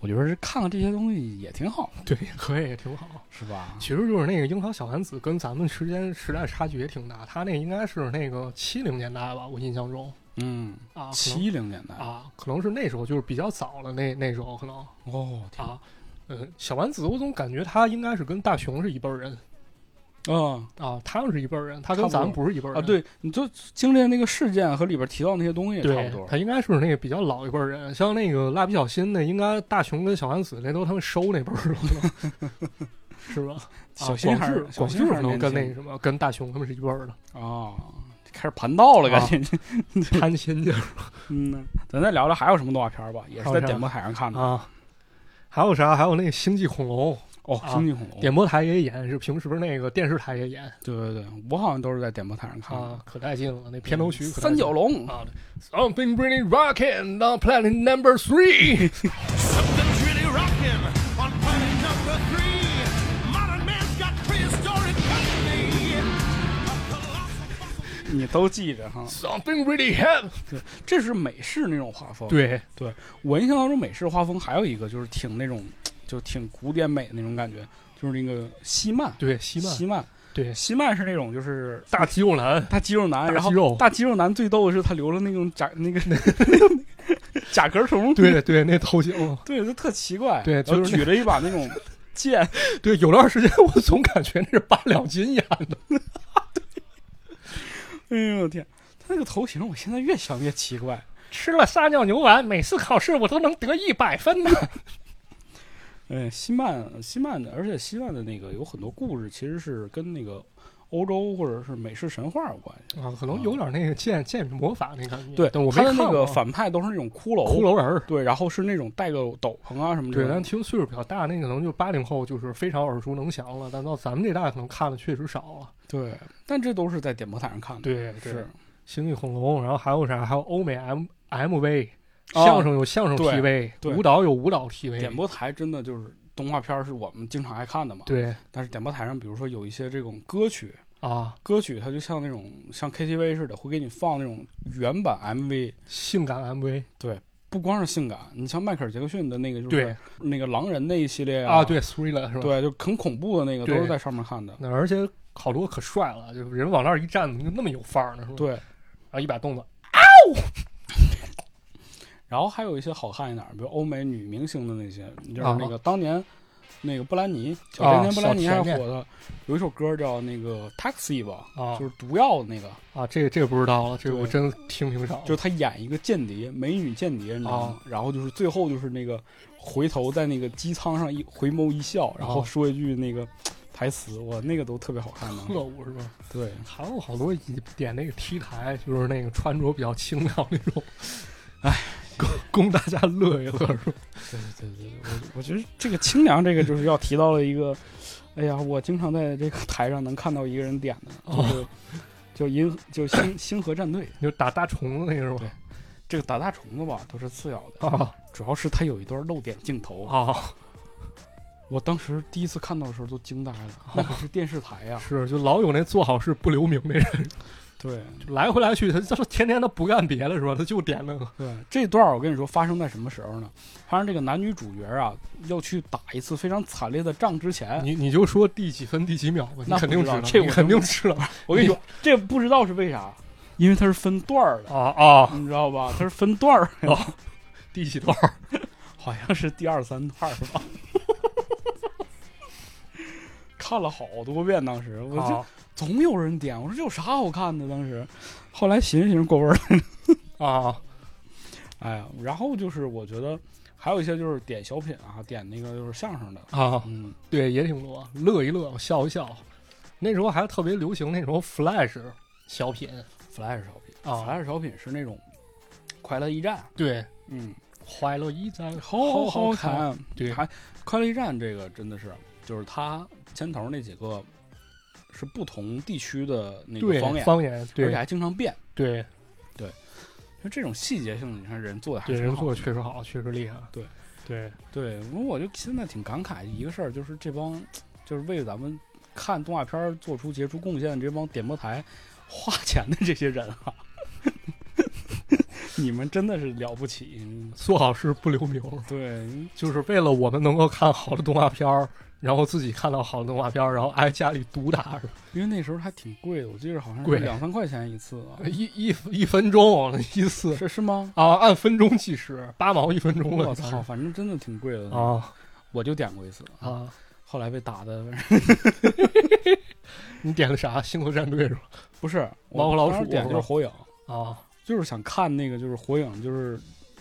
[SPEAKER 1] 我觉得是看看这些东西也挺好，
[SPEAKER 2] 对，可以，挺好。
[SPEAKER 1] 是吧？
[SPEAKER 2] 其实就是那个樱桃小丸子跟咱们之间时代差距也挺大，他那应该是那个七零年代吧，我印象中
[SPEAKER 1] 嗯，
[SPEAKER 2] 啊，可能
[SPEAKER 1] 七零年代
[SPEAKER 2] 啊，可能是那时候就是比较早了，那那时候可能
[SPEAKER 1] 哦，天
[SPEAKER 2] 啊，呃，小丸子我总感觉他应该是跟大雄是一辈儿人
[SPEAKER 1] 啊
[SPEAKER 2] 啊，他们是一辈儿人，他跟
[SPEAKER 1] 差不多
[SPEAKER 2] 咱们不是一辈儿
[SPEAKER 1] 啊！
[SPEAKER 2] 人
[SPEAKER 1] 对，你就经历那个事件和里边提到那些东西也差不
[SPEAKER 2] 对，
[SPEAKER 1] 多
[SPEAKER 2] 他应该是那个比较老一辈儿人，像那个蜡笔小新那，应该大雄跟小丸子那都他们收那辈儿了， 是吧？啊
[SPEAKER 1] 小新还是
[SPEAKER 2] 广志
[SPEAKER 1] 小
[SPEAKER 2] 广
[SPEAKER 1] 新
[SPEAKER 2] 志
[SPEAKER 1] 还
[SPEAKER 2] 可
[SPEAKER 1] 是
[SPEAKER 2] 能
[SPEAKER 1] 年
[SPEAKER 2] 跟
[SPEAKER 1] 轻
[SPEAKER 2] 那个什么跟大雄他们是一辈儿 的，
[SPEAKER 1] 啊，开始盘道
[SPEAKER 2] 啊
[SPEAKER 1] 了，感 觉。
[SPEAKER 2] 贪心就是
[SPEAKER 1] 嗯呐，咱再聊聊还有什么动画片儿吧，也是
[SPEAKER 2] 还有
[SPEAKER 1] 在
[SPEAKER 2] 啥
[SPEAKER 1] 点播台上看的
[SPEAKER 2] 啊。还有啥？还有那个《星际恐龙》，
[SPEAKER 1] 哦，《
[SPEAKER 2] 啊
[SPEAKER 1] 星际恐龙》。
[SPEAKER 2] 点播台也演，是平时那个电视台也演
[SPEAKER 1] 对对对，我好像都是在点播台上看的。
[SPEAKER 2] 啊，可带劲了！那片头曲可带劲
[SPEAKER 1] 嗯三角龙，
[SPEAKER 2] 啊，Something really rockin' on planet number three
[SPEAKER 5] Something's really rocking on planet number three. Modern man's got prehistoric company. A colossal
[SPEAKER 1] 你都记着哈。
[SPEAKER 2] Something really heavy
[SPEAKER 1] 这是美式那种画风。，
[SPEAKER 2] 对
[SPEAKER 1] 我印象当中美式画风还有一个就是挺那种，就挺古典美的那种感觉，就是那个西漫，
[SPEAKER 2] 对，西曼，
[SPEAKER 1] 西漫，
[SPEAKER 2] 对，
[SPEAKER 1] 西漫是那种就是
[SPEAKER 2] 大肌肉男，
[SPEAKER 1] 大肌肉男，
[SPEAKER 2] 大
[SPEAKER 1] 然后
[SPEAKER 2] 肌肉
[SPEAKER 1] 大肌肉男最逗的是他留了那种甲 那个甲壳虫，
[SPEAKER 2] 对对，那头 型，
[SPEAKER 1] 对，就特奇怪，
[SPEAKER 2] 对
[SPEAKER 1] 然后
[SPEAKER 2] 就是那
[SPEAKER 1] 举着一 把那种剑，
[SPEAKER 2] 对，有段时间我总感觉那是八两金演的，
[SPEAKER 1] 哎呦我天，他那个头型我现在越想越奇怪，
[SPEAKER 2] 吃了撒尿牛丸，每次考试我都能得一百分呢。
[SPEAKER 1] 嗯，西曼西曼的，而且西曼的那个有很多故事其实是跟那个欧洲或者是美式神话有关系。
[SPEAKER 2] 啊，可能有点那个剑剑与魔法那感觉。
[SPEAKER 1] 对，
[SPEAKER 2] 但我没
[SPEAKER 1] 他的
[SPEAKER 2] 看
[SPEAKER 1] 那
[SPEAKER 2] 过
[SPEAKER 1] 个
[SPEAKER 2] 啊
[SPEAKER 1] 反派都是那种骷髅，
[SPEAKER 2] 骷髅人儿。
[SPEAKER 1] 对，然后是那种戴个斗篷啊什么之
[SPEAKER 2] 对，
[SPEAKER 1] 类的。
[SPEAKER 2] 咱听岁数比较大，那可能就八零后就是非常耳熟能详了，但到咱们这代可能看的确实少了。
[SPEAKER 1] 对，但这都是在点播台上看的。
[SPEAKER 2] 对，
[SPEAKER 1] 是，
[SPEAKER 2] 星际恐龙，然后还有啥？还有欧美 M MV，、
[SPEAKER 1] 啊
[SPEAKER 2] 相声有相声
[SPEAKER 1] 对
[SPEAKER 2] TV，
[SPEAKER 1] 对
[SPEAKER 2] 舞蹈有舞蹈 TV，
[SPEAKER 1] 点播台真的就是动画片儿是我们经常爱看的嘛。。
[SPEAKER 2] 对
[SPEAKER 1] 但是点播台上，比如说有一些这种歌曲，
[SPEAKER 2] 啊，
[SPEAKER 1] 歌曲它就像那种像 KTV 似的，会给你放那种原版 MV。
[SPEAKER 2] 性感 MV，
[SPEAKER 1] 不光是性感，你像迈克尔·杰克逊的那个就是
[SPEAKER 2] 对
[SPEAKER 1] 那个狼人那一系列
[SPEAKER 2] 啊，对 Thriller 是吧？
[SPEAKER 1] 对，就很恐怖的那个都
[SPEAKER 2] 对嗯
[SPEAKER 1] 是在上面看的。
[SPEAKER 2] 那而且好多可帅了，就是人往那儿一站，怎么就那么有范儿呢？是吧？，
[SPEAKER 1] 对，
[SPEAKER 2] 然后一摆动作，
[SPEAKER 1] 然后还有一些好看一点儿，比如欧美女明星的那些，就是
[SPEAKER 2] 啊
[SPEAKER 1] 那个当年那个布兰妮，小
[SPEAKER 2] 啊
[SPEAKER 1] 甜甜布兰妮还
[SPEAKER 2] 小
[SPEAKER 1] 是
[SPEAKER 2] 甜
[SPEAKER 1] 火的，有一首歌叫那个 Taxi 吧，
[SPEAKER 2] 啊
[SPEAKER 1] 就是毒药的那个，
[SPEAKER 2] 啊，这个这个不知道了，这个我
[SPEAKER 1] 对
[SPEAKER 2] 真听挺少了。
[SPEAKER 1] 就是她演一个间谍，美女间谍，你知道吗？然后就是最后就是那个回头在那个机舱上一回眸一笑，然后
[SPEAKER 2] 啊
[SPEAKER 1] 说一句那个台词，哇，那个都特别好看呢。
[SPEAKER 2] 特务是吧？
[SPEAKER 1] 对，
[SPEAKER 2] 韩国好多一点那个 T 台，就是那个穿着比较清凉那种，
[SPEAKER 1] 哎，
[SPEAKER 2] 供供大家乐一乐是吧？
[SPEAKER 1] 对对对，对我我觉得这个清凉这个就是要提到了一个，哎呀，我经常在这个台上能看到一个人点的，就是、就银就星星河战队
[SPEAKER 2] 就打大虫子那个是吧？
[SPEAKER 1] 这个打大虫子吧，都是次要的，
[SPEAKER 2] 啊
[SPEAKER 1] 主要是他有一段露点镜头，
[SPEAKER 2] 啊，
[SPEAKER 1] 我当时第一次看到的时候都惊呆了，那可是电视台呀、
[SPEAKER 2] 是就老有那做好事不留名那人，
[SPEAKER 1] 对
[SPEAKER 2] 就来回来去，他就是天天他不干别的是吧？他就点那个
[SPEAKER 1] 对，这段儿我跟你说发生在什么时候呢？发生这个男女主角啊要去打一次非常惨烈的仗之前，
[SPEAKER 2] 你你就说第几分第几秒吧，你
[SPEAKER 1] 哎那
[SPEAKER 2] 肯
[SPEAKER 1] 不
[SPEAKER 2] 定
[SPEAKER 1] 知
[SPEAKER 2] 知
[SPEAKER 1] 道
[SPEAKER 2] 道，
[SPEAKER 1] 这
[SPEAKER 2] 你
[SPEAKER 1] 我
[SPEAKER 2] 肯
[SPEAKER 1] 就
[SPEAKER 2] 定
[SPEAKER 1] 不
[SPEAKER 2] 知 道
[SPEAKER 1] 我跟你说这不知道是为啥，因为它是分段儿的。
[SPEAKER 2] 啊啊！
[SPEAKER 1] 你知道吧？它是分段儿，
[SPEAKER 2] 第几段？
[SPEAKER 1] 好像是第二三段儿吧。 看了好多遍，当时我就
[SPEAKER 2] 啊
[SPEAKER 1] 总有人点，我说这有啥好看的？当时，后来寻思寻思过味儿了，
[SPEAKER 2] 啊
[SPEAKER 1] 哎呀，然后就是我觉得还有一些就是点小品啊，点那个就是相声的，
[SPEAKER 2] 啊！
[SPEAKER 1] 嗯，
[SPEAKER 2] 对，也挺多，乐一乐，笑一笑。那时候还特别流行那种 Flash 小品
[SPEAKER 1] flash 小品
[SPEAKER 2] 啊
[SPEAKER 1] ，flash 小品是那种快乐驿站，
[SPEAKER 2] 对，
[SPEAKER 1] 嗯，
[SPEAKER 2] 快乐驿站
[SPEAKER 1] 好
[SPEAKER 2] 嗯好看。
[SPEAKER 1] 看，啊
[SPEAKER 2] 对
[SPEAKER 1] 还快乐驿站这个真的是，就是它牵头那几个是不同地区的那个
[SPEAKER 2] 对，
[SPEAKER 1] 方言，
[SPEAKER 2] 方言，
[SPEAKER 1] 而且
[SPEAKER 2] 对
[SPEAKER 1] 还经常变。
[SPEAKER 2] 对
[SPEAKER 1] 就这种细节性，你看人做的还
[SPEAKER 2] 对，
[SPEAKER 1] 挺
[SPEAKER 2] 人
[SPEAKER 1] 好
[SPEAKER 2] 做的
[SPEAKER 1] 的
[SPEAKER 2] 确实好，确实厉害。
[SPEAKER 1] 对
[SPEAKER 2] 对，
[SPEAKER 1] 对，我就现在挺感慨一个事儿，就是这帮就是为咱们看动画片儿做出杰出贡献的这帮点播台花钱的这些人啊， 你们真的是了不起。嗯
[SPEAKER 2] 做好事不留名，
[SPEAKER 1] 对，你
[SPEAKER 2] 就是为了我们能够看好的动画片儿，然后自己看到好的动画片儿，然后挨家里毒打，是吧
[SPEAKER 1] 因为那时候还挺贵的，我记得好像是
[SPEAKER 2] 贵
[SPEAKER 1] 两三块钱一次啊，
[SPEAKER 2] 一一一分钟一次
[SPEAKER 1] 是是吗？
[SPEAKER 2] 啊，按分钟计时，八毛一分钟了。
[SPEAKER 1] 我操，反正真的挺贵的！
[SPEAKER 2] 啊
[SPEAKER 1] 我就点过一次，
[SPEAKER 2] 啊！
[SPEAKER 1] 后来被打 的
[SPEAKER 2] 你点的啥？星球战队是吧？
[SPEAKER 1] 不是
[SPEAKER 2] 猫和老
[SPEAKER 1] 我当时
[SPEAKER 2] 鼠
[SPEAKER 1] 点就是
[SPEAKER 2] 是吧
[SPEAKER 1] 火影，
[SPEAKER 2] 啊，
[SPEAKER 1] 就是想看那个，就是火影，就是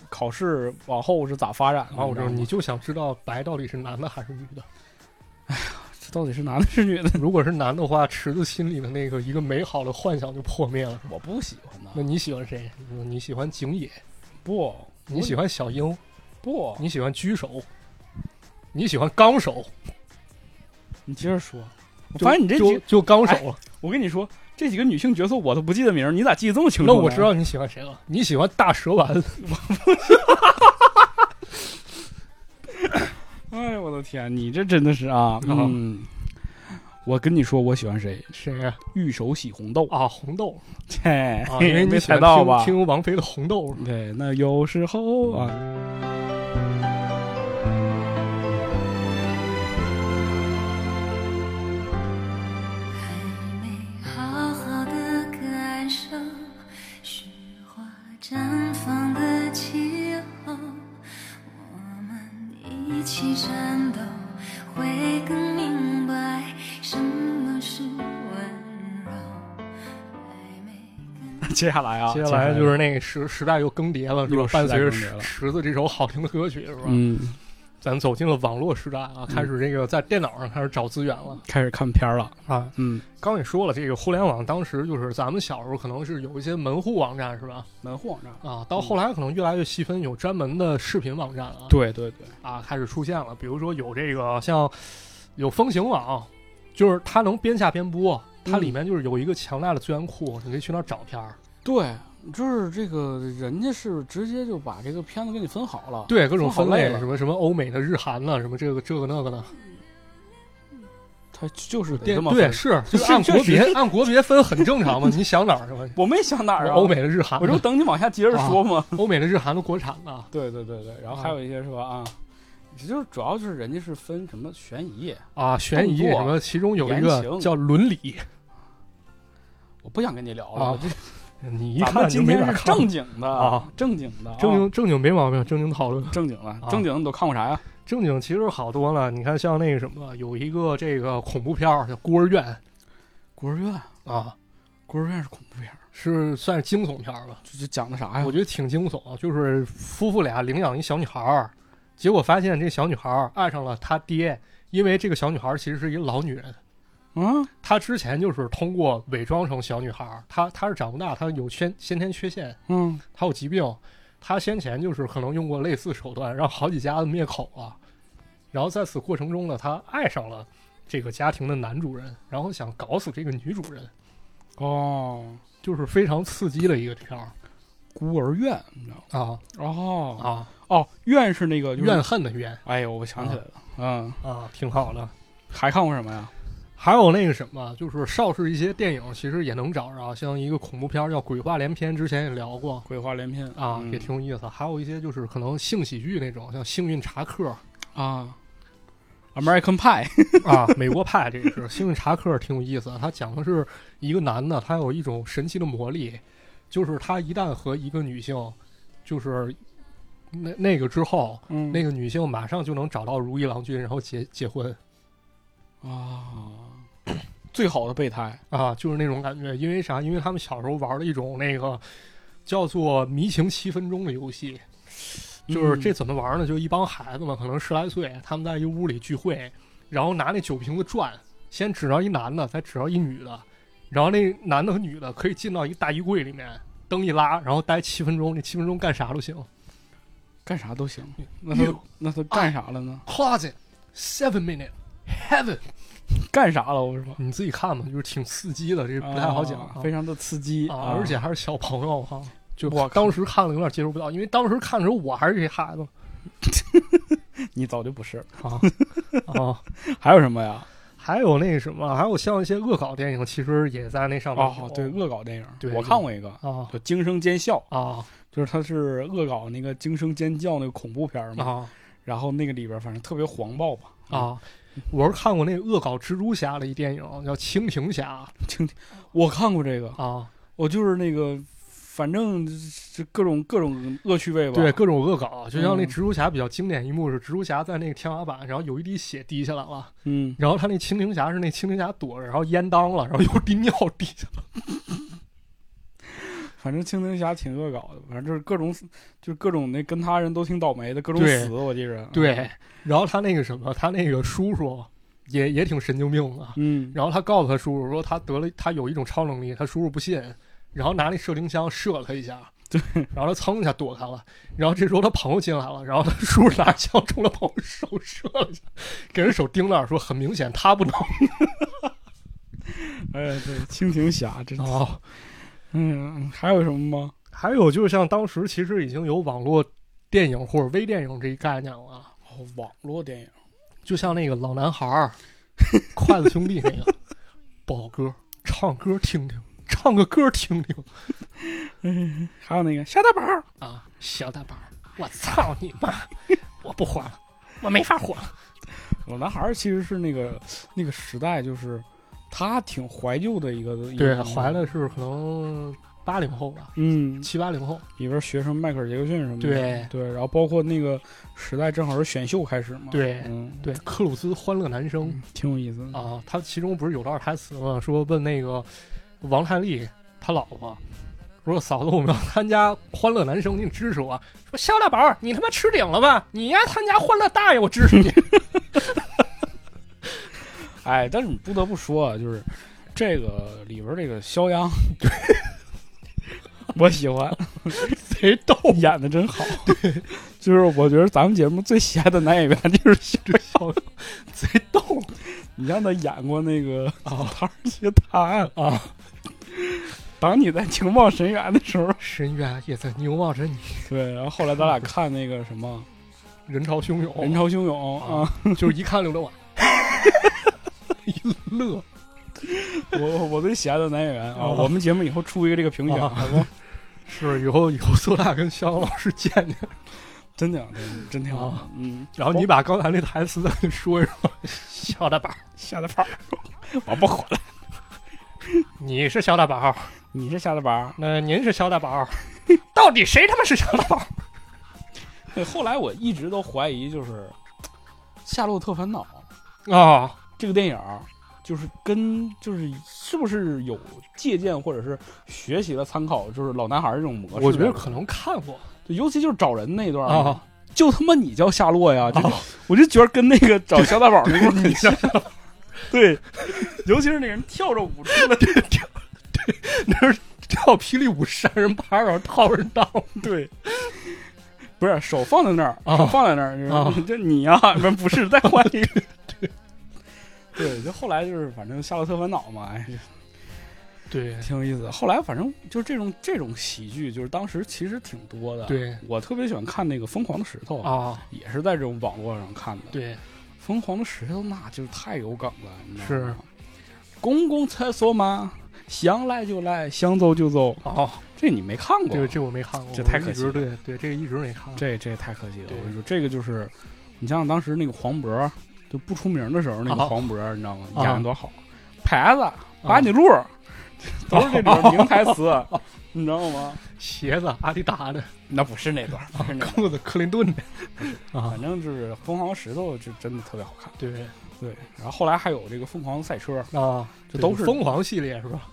[SPEAKER 1] 考试往后是咋发展的。
[SPEAKER 2] 然后哦
[SPEAKER 1] 知
[SPEAKER 2] 我知
[SPEAKER 1] 道
[SPEAKER 2] 道
[SPEAKER 1] 吗
[SPEAKER 2] 你就想知道白到底是男的还是女的。
[SPEAKER 1] 这到底是男的是女的，
[SPEAKER 2] 如果是男的话，池子心里的那个一个美好的幻想就破灭了。
[SPEAKER 1] 我不喜欢
[SPEAKER 2] 那
[SPEAKER 1] 的。
[SPEAKER 2] 你喜欢谁？你喜欢景野，
[SPEAKER 1] 不，
[SPEAKER 2] 你喜欢小樱，
[SPEAKER 1] 不？
[SPEAKER 2] 你喜欢狙手，你喜欢纲手，
[SPEAKER 1] 你接着说。
[SPEAKER 2] 就
[SPEAKER 1] 反正你这
[SPEAKER 2] 就
[SPEAKER 1] 几，
[SPEAKER 2] 就纲手了。
[SPEAKER 1] 我跟你说，这几个女性角色我都不记得名儿，你咋记得这么清楚？
[SPEAKER 2] 那我知，道你喜欢谁了，你喜欢大蛇丸。
[SPEAKER 1] 哎呦我的天，你这真的是啊，嗯。我跟你说，我喜欢谁？
[SPEAKER 2] 谁呀
[SPEAKER 1] 玉手洗红豆，
[SPEAKER 2] 啊？红豆
[SPEAKER 1] 切、
[SPEAKER 2] 啊，因 为你
[SPEAKER 1] 没
[SPEAKER 2] 喜欢
[SPEAKER 1] 猜到吧？
[SPEAKER 2] 听听王菲的《红豆》是吧。
[SPEAKER 1] 对，那有时候啊，接下来啊，
[SPEAKER 2] 接
[SPEAKER 1] 接
[SPEAKER 2] 下来就是那个时时代又更迭了，是吧
[SPEAKER 1] 又？时代
[SPEAKER 2] 伴随着
[SPEAKER 1] 更迭了
[SPEAKER 2] 池子这首好听的歌曲，是吧？
[SPEAKER 1] 嗯，
[SPEAKER 2] 咱走进了网络时代啊，开始这个在电脑上开始找资源了
[SPEAKER 1] 开始看片儿了，
[SPEAKER 2] 啊。
[SPEAKER 1] 嗯，
[SPEAKER 2] 刚也说了，这个互联网当时就是咱们小时候可能是有一些门户网站，是吧？
[SPEAKER 1] 门户网站，
[SPEAKER 2] 啊，到后来可能越来越细分，有专门的视频网站啊，
[SPEAKER 1] 对对对，
[SPEAKER 2] 啊开始出现了，比如说有这个像有风行网，就是它能边下边播，它里面就是有一个强大的资源库，你可以去那儿找片儿。
[SPEAKER 1] 对，就是这个人家是直接就把这个片子给你分好了，
[SPEAKER 2] 对，各种
[SPEAKER 1] 分
[SPEAKER 2] 分
[SPEAKER 1] 好类
[SPEAKER 2] 类，
[SPEAKER 1] 了
[SPEAKER 2] 什么什么欧美的、日韩的，什么这个这个那个的，
[SPEAKER 1] 他就是得
[SPEAKER 2] 对
[SPEAKER 1] 这么
[SPEAKER 2] 对
[SPEAKER 1] 分
[SPEAKER 2] 是，就是
[SPEAKER 1] 是
[SPEAKER 2] 按国
[SPEAKER 1] 确实
[SPEAKER 2] 别按国别分很正常嘛，你想哪儿 去吧？
[SPEAKER 1] 我没想哪儿啊，
[SPEAKER 2] 欧美的、日韩
[SPEAKER 1] 我这不
[SPEAKER 2] 的，
[SPEAKER 1] 等你往下接着说吗？
[SPEAKER 2] 欧美的、日韩的、国产 的，
[SPEAKER 1] 啊对对对对，然后还有一些是吧啊，这就是主要就是人家是分什么悬疑，
[SPEAKER 2] 啊，悬疑
[SPEAKER 1] 动作
[SPEAKER 2] 什么，其中有一
[SPEAKER 1] 言
[SPEAKER 2] 个
[SPEAKER 1] 情
[SPEAKER 2] 叫伦理，
[SPEAKER 1] 我不想跟你聊
[SPEAKER 2] 啊
[SPEAKER 1] 了，我这
[SPEAKER 2] 你一
[SPEAKER 1] 咱
[SPEAKER 2] 看
[SPEAKER 1] 们
[SPEAKER 2] 就
[SPEAKER 1] 今
[SPEAKER 2] 没法
[SPEAKER 1] 天是
[SPEAKER 2] 看。
[SPEAKER 1] 正经的
[SPEAKER 2] 啊，
[SPEAKER 1] 正经的啊，
[SPEAKER 2] 正经正经没毛病，正经讨论。
[SPEAKER 1] 正经的
[SPEAKER 2] 啊，
[SPEAKER 1] 正经的你都看过啥呀？
[SPEAKER 2] 正经其实好多了，你看像那个什么，有一个这个恐怖片儿叫《孤儿院
[SPEAKER 1] 孤儿院，》
[SPEAKER 2] 啊，
[SPEAKER 1] 孤儿院是恐怖片儿，
[SPEAKER 2] 是算是惊悚片儿吧？
[SPEAKER 1] 这这讲的啥呀
[SPEAKER 2] 我？觉得挺惊悚，就是夫妇俩领养一小女孩儿，结果发现这小女孩儿爱上了她爹，因为这个小女孩儿其实是一个老女人，
[SPEAKER 1] 嗯，
[SPEAKER 2] 她之前就是通过伪装成小女孩儿，她她是长不大，她有先先天缺陷，
[SPEAKER 1] 嗯，
[SPEAKER 2] 她有疾病，她先前就是可能用过类似手段让好几家子灭口了，然后在此过程中呢，她爱上了这个家庭的男主人，然后想搞死这个女主人，
[SPEAKER 1] 哦，
[SPEAKER 2] 就是非常刺激的一个片儿
[SPEAKER 1] 孤儿院，你知道吗？
[SPEAKER 2] 啊
[SPEAKER 1] 哦
[SPEAKER 2] 啊，
[SPEAKER 1] 哦，院是那个就是
[SPEAKER 2] 怨，恨的怨
[SPEAKER 1] 哎呦，我想起来了，嗯，
[SPEAKER 2] 啊，挺好的。
[SPEAKER 1] 还看过什么呀？
[SPEAKER 2] 还有那个什么，就是邵氏一些电影其实也能找着，像一个恐怖片儿叫《鬼话连篇》，之前也聊过
[SPEAKER 1] 鬼话连篇
[SPEAKER 2] 啊，
[SPEAKER 1] 嗯
[SPEAKER 2] 也挺有意思。还有一些就是可能性喜剧那种，像《幸运茶客》
[SPEAKER 1] 啊，American Pie，
[SPEAKER 2] 啊，《美国派》这个是《幸运茶客》，挺有意思。他讲的是一个男的，他有一种神奇的魔力，就是他一旦和一个女性，就是那那个之后，
[SPEAKER 1] 嗯
[SPEAKER 2] 那个女性马上就能找到如意郎君，然后结结婚
[SPEAKER 1] 啊，最好的备胎，
[SPEAKER 2] 啊，就是那种感觉。因为啥？因为他们小时候玩了一种那个叫做“迷情七分钟”的游戏。嗯就是这怎么玩呢？就一帮孩子嘛，可能十来岁，他们在一屋里聚会，然后拿那酒瓶子转，先指着一男的，再指着一女的，然后那男的和女的可以进到一大衣柜里面，灯一拉，然后待七分钟，那七分钟干啥都行。
[SPEAKER 1] 干啥都行，那他那他干啥了呢？
[SPEAKER 2] Closet seven minute heaven，
[SPEAKER 1] 干啥了？我是吧？
[SPEAKER 2] 你自己看吧，就是挺刺激的，这不太好讲
[SPEAKER 1] 啊
[SPEAKER 2] 啊，
[SPEAKER 1] 非常的刺激
[SPEAKER 2] 啊，而且还是小朋友哈、就
[SPEAKER 1] 我靠
[SPEAKER 2] 当时看了有点接受不到，因为当时看的时候我还是这孩子
[SPEAKER 1] 你早就不是了。
[SPEAKER 2] 啊啊。
[SPEAKER 1] 还有什么呀？
[SPEAKER 2] 还有那什么，还有像一些恶搞电影，其实也在那上面有。
[SPEAKER 1] 哦，对，恶搞电影，
[SPEAKER 2] 对
[SPEAKER 1] 我看过一个
[SPEAKER 2] 啊
[SPEAKER 1] 叫《惊声尖笑》，
[SPEAKER 2] 啊
[SPEAKER 1] 就是它是恶搞那个惊声尖叫那个恐怖片儿嘛，
[SPEAKER 2] 啊
[SPEAKER 1] 然后那个里边反正特别黄暴吧。
[SPEAKER 2] 啊！我是看过那个恶搞蜘蛛侠的一电影，叫《蜻蜓侠
[SPEAKER 1] 听，我看过这个》，
[SPEAKER 2] 啊，
[SPEAKER 1] 我就是那个，反正是各种各种恶趣味吧。
[SPEAKER 2] 对，各种恶搞。就像那
[SPEAKER 1] 嗯
[SPEAKER 2] 蜘蛛侠比较经典一幕是蜘蛛侠在那个天花板，然后有一滴血滴下来了，
[SPEAKER 1] 嗯，
[SPEAKER 2] 然后他那蜻蜓侠是那蜻蜓侠躲着，然后烟当了，然后又滴尿滴下来。
[SPEAKER 1] 反正蜻蜓侠挺恶搞的，反正就是各种就是各种那跟他人都挺倒霉的，各种
[SPEAKER 2] 对
[SPEAKER 1] 死，我记着。
[SPEAKER 2] 对，然后他那个什么，他那个叔叔也也挺神经病的，
[SPEAKER 1] 嗯，
[SPEAKER 2] 然后他告诉他叔叔说他得了，他有一种超能力，他叔叔不信，然后拿那射钉枪射了他一下， 对，然后他噌一下躲开了，然后这时候他朋友进来了，然后他叔叔拿着枪冲他朋友手射了一下，给人手钉那儿，说很明显他不能
[SPEAKER 1] 哎，对，蜻蜓侠真的，
[SPEAKER 2] 啊。
[SPEAKER 1] 嗯，还有什么吗？
[SPEAKER 2] 还有就是像当时其实已经有网络电影或者微电影这一概念了，啊
[SPEAKER 1] 哦，网络电影。
[SPEAKER 2] 就像那个老男孩儿、 筷子兄弟那个，宝哥唱歌听听，唱个歌听听。
[SPEAKER 1] 还有那个夏大宝，
[SPEAKER 2] 啊，小大宝，我 操你妈！我不火了，我没法火了。
[SPEAKER 1] 老男孩儿其实是那个那个时代，就是他挺怀旧的一个，一个
[SPEAKER 2] 对，
[SPEAKER 1] 东西
[SPEAKER 2] 怀的是可能八零后吧，
[SPEAKER 1] 嗯，
[SPEAKER 2] 七八零后。
[SPEAKER 1] 里边学什么迈克尔杰克逊什么的，
[SPEAKER 2] 对
[SPEAKER 1] 对，然后包括那个时代正好是选秀开始嘛，，
[SPEAKER 2] 对
[SPEAKER 1] 嗯，
[SPEAKER 2] 对，克鲁兹《欢乐男声
[SPEAKER 1] 嗯挺有意思》的，
[SPEAKER 2] 啊，
[SPEAKER 1] 嗯
[SPEAKER 2] 他其中不是有段台词吗？说问那个王太利他老婆我说嫂子，我们要参加欢乐男声，您支持我。啊说肖大宝，你他妈吃顶了吧？你呀参加欢乐大爷，我支持 你。
[SPEAKER 1] 哎，但是你不得不说啊，就是这个里边这个肖央， 我喜欢，
[SPEAKER 2] 贼逗，
[SPEAKER 1] 演的真好。对， 就是我觉得咱们节目最喜爱的男演员就是肖央，
[SPEAKER 2] 贼逗
[SPEAKER 1] 你让他演过那 个
[SPEAKER 2] 啊
[SPEAKER 1] 《唐尔街探案》，
[SPEAKER 2] 啊！
[SPEAKER 1] 当你在情报神员的时候，
[SPEAKER 2] 深渊也在凝望着你，
[SPEAKER 1] 对，然后后来咱俩看那个什么
[SPEAKER 2] 人潮汹
[SPEAKER 1] 《人
[SPEAKER 2] 涌，
[SPEAKER 1] 潮汹涌》啊，
[SPEAKER 2] 就是一看刘德华，一乐
[SPEAKER 1] 我我最喜爱的男演员啊，
[SPEAKER 2] 哦
[SPEAKER 1] 我们节目以后出一个这个评选，
[SPEAKER 2] 啊
[SPEAKER 1] 好不好？
[SPEAKER 2] 是以后以后苏大跟肖老师见见，
[SPEAKER 1] 真的真真挺好
[SPEAKER 2] 啊，
[SPEAKER 1] 嗯，
[SPEAKER 2] 然后你把刚才那台词再说一说。肖大宝，
[SPEAKER 1] 吓得跑，我不火了，
[SPEAKER 2] 你是肖大宝，
[SPEAKER 1] 你是吓得宝。
[SPEAKER 2] 那您是肖 大宝，到底谁他妈是肖大宝？
[SPEAKER 1] 对，后来我一直都怀疑，就是《夏洛特烦恼》
[SPEAKER 2] 啊，
[SPEAKER 1] 这个电影儿，就是跟就是是不是有借鉴或者是学习了参考，就是老男孩儿这种模式。
[SPEAKER 2] 我觉得可能看过
[SPEAKER 1] 就尤其就是找人那段儿
[SPEAKER 2] 啊。
[SPEAKER 1] 就他妈你叫夏洛呀，就、
[SPEAKER 2] 啊
[SPEAKER 1] 我就觉得跟那个找小大宝那块很像。 对，尤其是那人跳着舞 出来，
[SPEAKER 2] 那是跳霹雳舞扇人巴掌，套人裆。
[SPEAKER 1] 对，不是手放在那儿，
[SPEAKER 2] 啊
[SPEAKER 1] 手放在那儿，
[SPEAKER 2] 啊
[SPEAKER 1] 就是这你呀、不是不是，再换一个。 对，就后来就是反正夏洛特烦恼嘛，哎，
[SPEAKER 2] 对
[SPEAKER 1] 挺有意思的。后来反正就是这种这种喜剧，就是当时其实挺多的。，
[SPEAKER 2] 对
[SPEAKER 1] 我特别喜欢看那个《疯狂的石头》，
[SPEAKER 2] 啊，
[SPEAKER 1] 也是在这种网络上看的。
[SPEAKER 2] 对啊
[SPEAKER 1] 疯狂的石头那就是太有梗了，你知道
[SPEAKER 2] 是
[SPEAKER 1] 吗？公共厕所嘛，想来就来，想走就走，
[SPEAKER 2] 哦，
[SPEAKER 1] 这你没看过
[SPEAKER 2] 这？个这我没看过，
[SPEAKER 1] 这太可惜了
[SPEAKER 2] 我一直对对，这个一直没看。
[SPEAKER 1] 这这太可惜了。
[SPEAKER 2] 对
[SPEAKER 1] 我跟你说，这个就是，你想想当时那个黄渤就不出名的时候，那个
[SPEAKER 2] 啊
[SPEAKER 1] 黄渤、你知道吗？
[SPEAKER 2] 啊
[SPEAKER 1] 演的多好，牌子把你路、都是这里边名台词， 你知道吗？哦
[SPEAKER 2] 鞋子阿迪 达的，
[SPEAKER 1] 哦那不是那段，不是那段，
[SPEAKER 2] 裤子克林顿的啊
[SPEAKER 1] 反，正就是《疯狂的石头》就真的特别好看。
[SPEAKER 2] 对
[SPEAKER 1] 对，然后后来还有这个《疯狂的赛车》，
[SPEAKER 2] 啊，
[SPEAKER 1] 这都是
[SPEAKER 2] 疯狂系列是吧？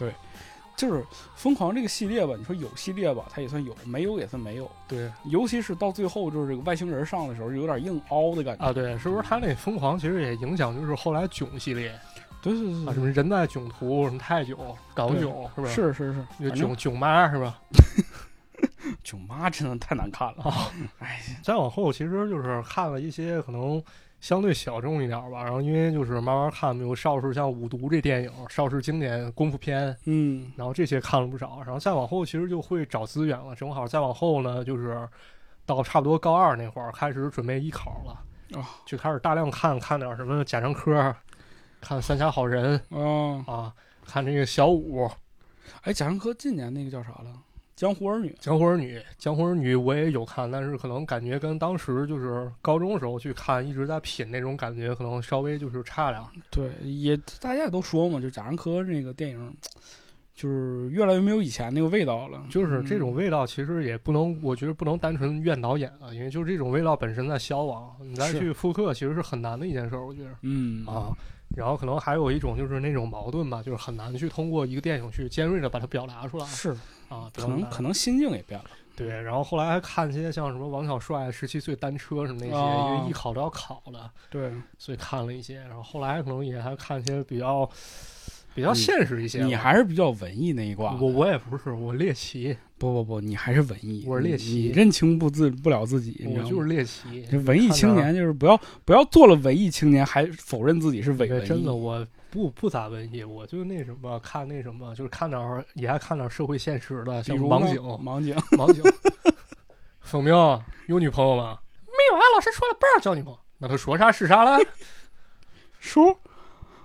[SPEAKER 1] 就是《疯狂》这个系列吧，你说有系列吧，它也算有；没有也算没有。
[SPEAKER 2] 对
[SPEAKER 1] 尤其是到最后，就是这个外星人上的时候，有点硬凹的感觉。
[SPEAKER 2] 啊，对，是不是他那疯狂其实也影响就是后来囧系列啊，
[SPEAKER 1] 对对对对
[SPEAKER 2] 什么人在囧途，什么泰囧、港
[SPEAKER 1] 对
[SPEAKER 2] 囧是吧？
[SPEAKER 1] 是是是，
[SPEAKER 2] 有
[SPEAKER 1] 反正
[SPEAKER 2] 囧囧妈是吧？
[SPEAKER 1] 囧妈真的太难看了。
[SPEAKER 2] 啊，
[SPEAKER 1] 哎，
[SPEAKER 2] 再往后其实就是看了一些可能相对小众一点儿吧，然后因为就是慢慢看，比如邵氏像《五毒》这电影，邵氏经典功夫片，
[SPEAKER 1] 嗯，
[SPEAKER 2] 然后这些看了不少，然后再往后其实就会找资源了，正好再往后呢，就是到差不多高二那会儿开始准备艺考了，
[SPEAKER 1] 哦
[SPEAKER 2] 就开始大量看看点儿什么贾樟柯，看《三峡好人
[SPEAKER 1] 哦》，
[SPEAKER 2] 啊，看这个小五。
[SPEAKER 1] 哎，贾樟柯近年那个叫啥了，《江湖儿女》
[SPEAKER 2] 江湖儿女，江湖儿女我也有看，但是可能感觉跟当时就是高中时候去看，一直在品那种感觉，可能稍微就是差点儿。
[SPEAKER 1] 对，也大家也都说嘛，就贾樟柯那个电影，就是越来越没有以前那个味道了。
[SPEAKER 2] 就是
[SPEAKER 1] 嗯
[SPEAKER 2] 这种味道，其实也不能，我觉得不能单纯怨导演啊，因为就是这种味道本身在消亡，你再
[SPEAKER 1] 是
[SPEAKER 2] 去复刻其实是很难的一件事儿，我觉得
[SPEAKER 1] 嗯
[SPEAKER 2] 啊。然后可能还有一种就是那种矛盾吧，就是很难去通过一个电影去尖锐的把它表达出来
[SPEAKER 1] 是，
[SPEAKER 2] 啊，
[SPEAKER 1] 可
[SPEAKER 2] 比较
[SPEAKER 1] 能
[SPEAKER 2] 难
[SPEAKER 1] 可能心境也变了。
[SPEAKER 2] 对。然后后来还看一些像什么王小帅《十七岁单车》什么那些，
[SPEAKER 1] 啊
[SPEAKER 2] 因为艺考都要考了。
[SPEAKER 1] 对，
[SPEAKER 2] 所以看了一些，然后后来可能也还看一些比较比较
[SPEAKER 1] 你
[SPEAKER 2] 现实一些吧。
[SPEAKER 1] 嗯你还是比较文艺那一挂的。
[SPEAKER 2] 我我也不是我猎奇，
[SPEAKER 1] 不不不，你还是文艺，
[SPEAKER 2] 我是猎
[SPEAKER 1] 你
[SPEAKER 2] 奇
[SPEAKER 1] 你认清不自不了自己，你知
[SPEAKER 2] 我
[SPEAKER 1] 道吗
[SPEAKER 2] 就是猎奇。
[SPEAKER 1] 这文艺
[SPEAKER 2] 看啊
[SPEAKER 1] 青
[SPEAKER 2] 到
[SPEAKER 1] 年，就是不要不要做了文艺青年，还否认自己是伪
[SPEAKER 2] 对
[SPEAKER 1] 文艺。
[SPEAKER 2] 真的，我不不咋文艺，我就那什么看那什么，就是看点儿也爱看点儿社会现实的，
[SPEAKER 1] 比
[SPEAKER 2] 像
[SPEAKER 1] 如
[SPEAKER 2] 网
[SPEAKER 1] 呢
[SPEAKER 2] 警、
[SPEAKER 1] 盲 井，
[SPEAKER 2] 网警。冯彪有女朋友吗？没有啊，老师说了不让交女朋友。那他说啥是啥了？
[SPEAKER 1] 叔，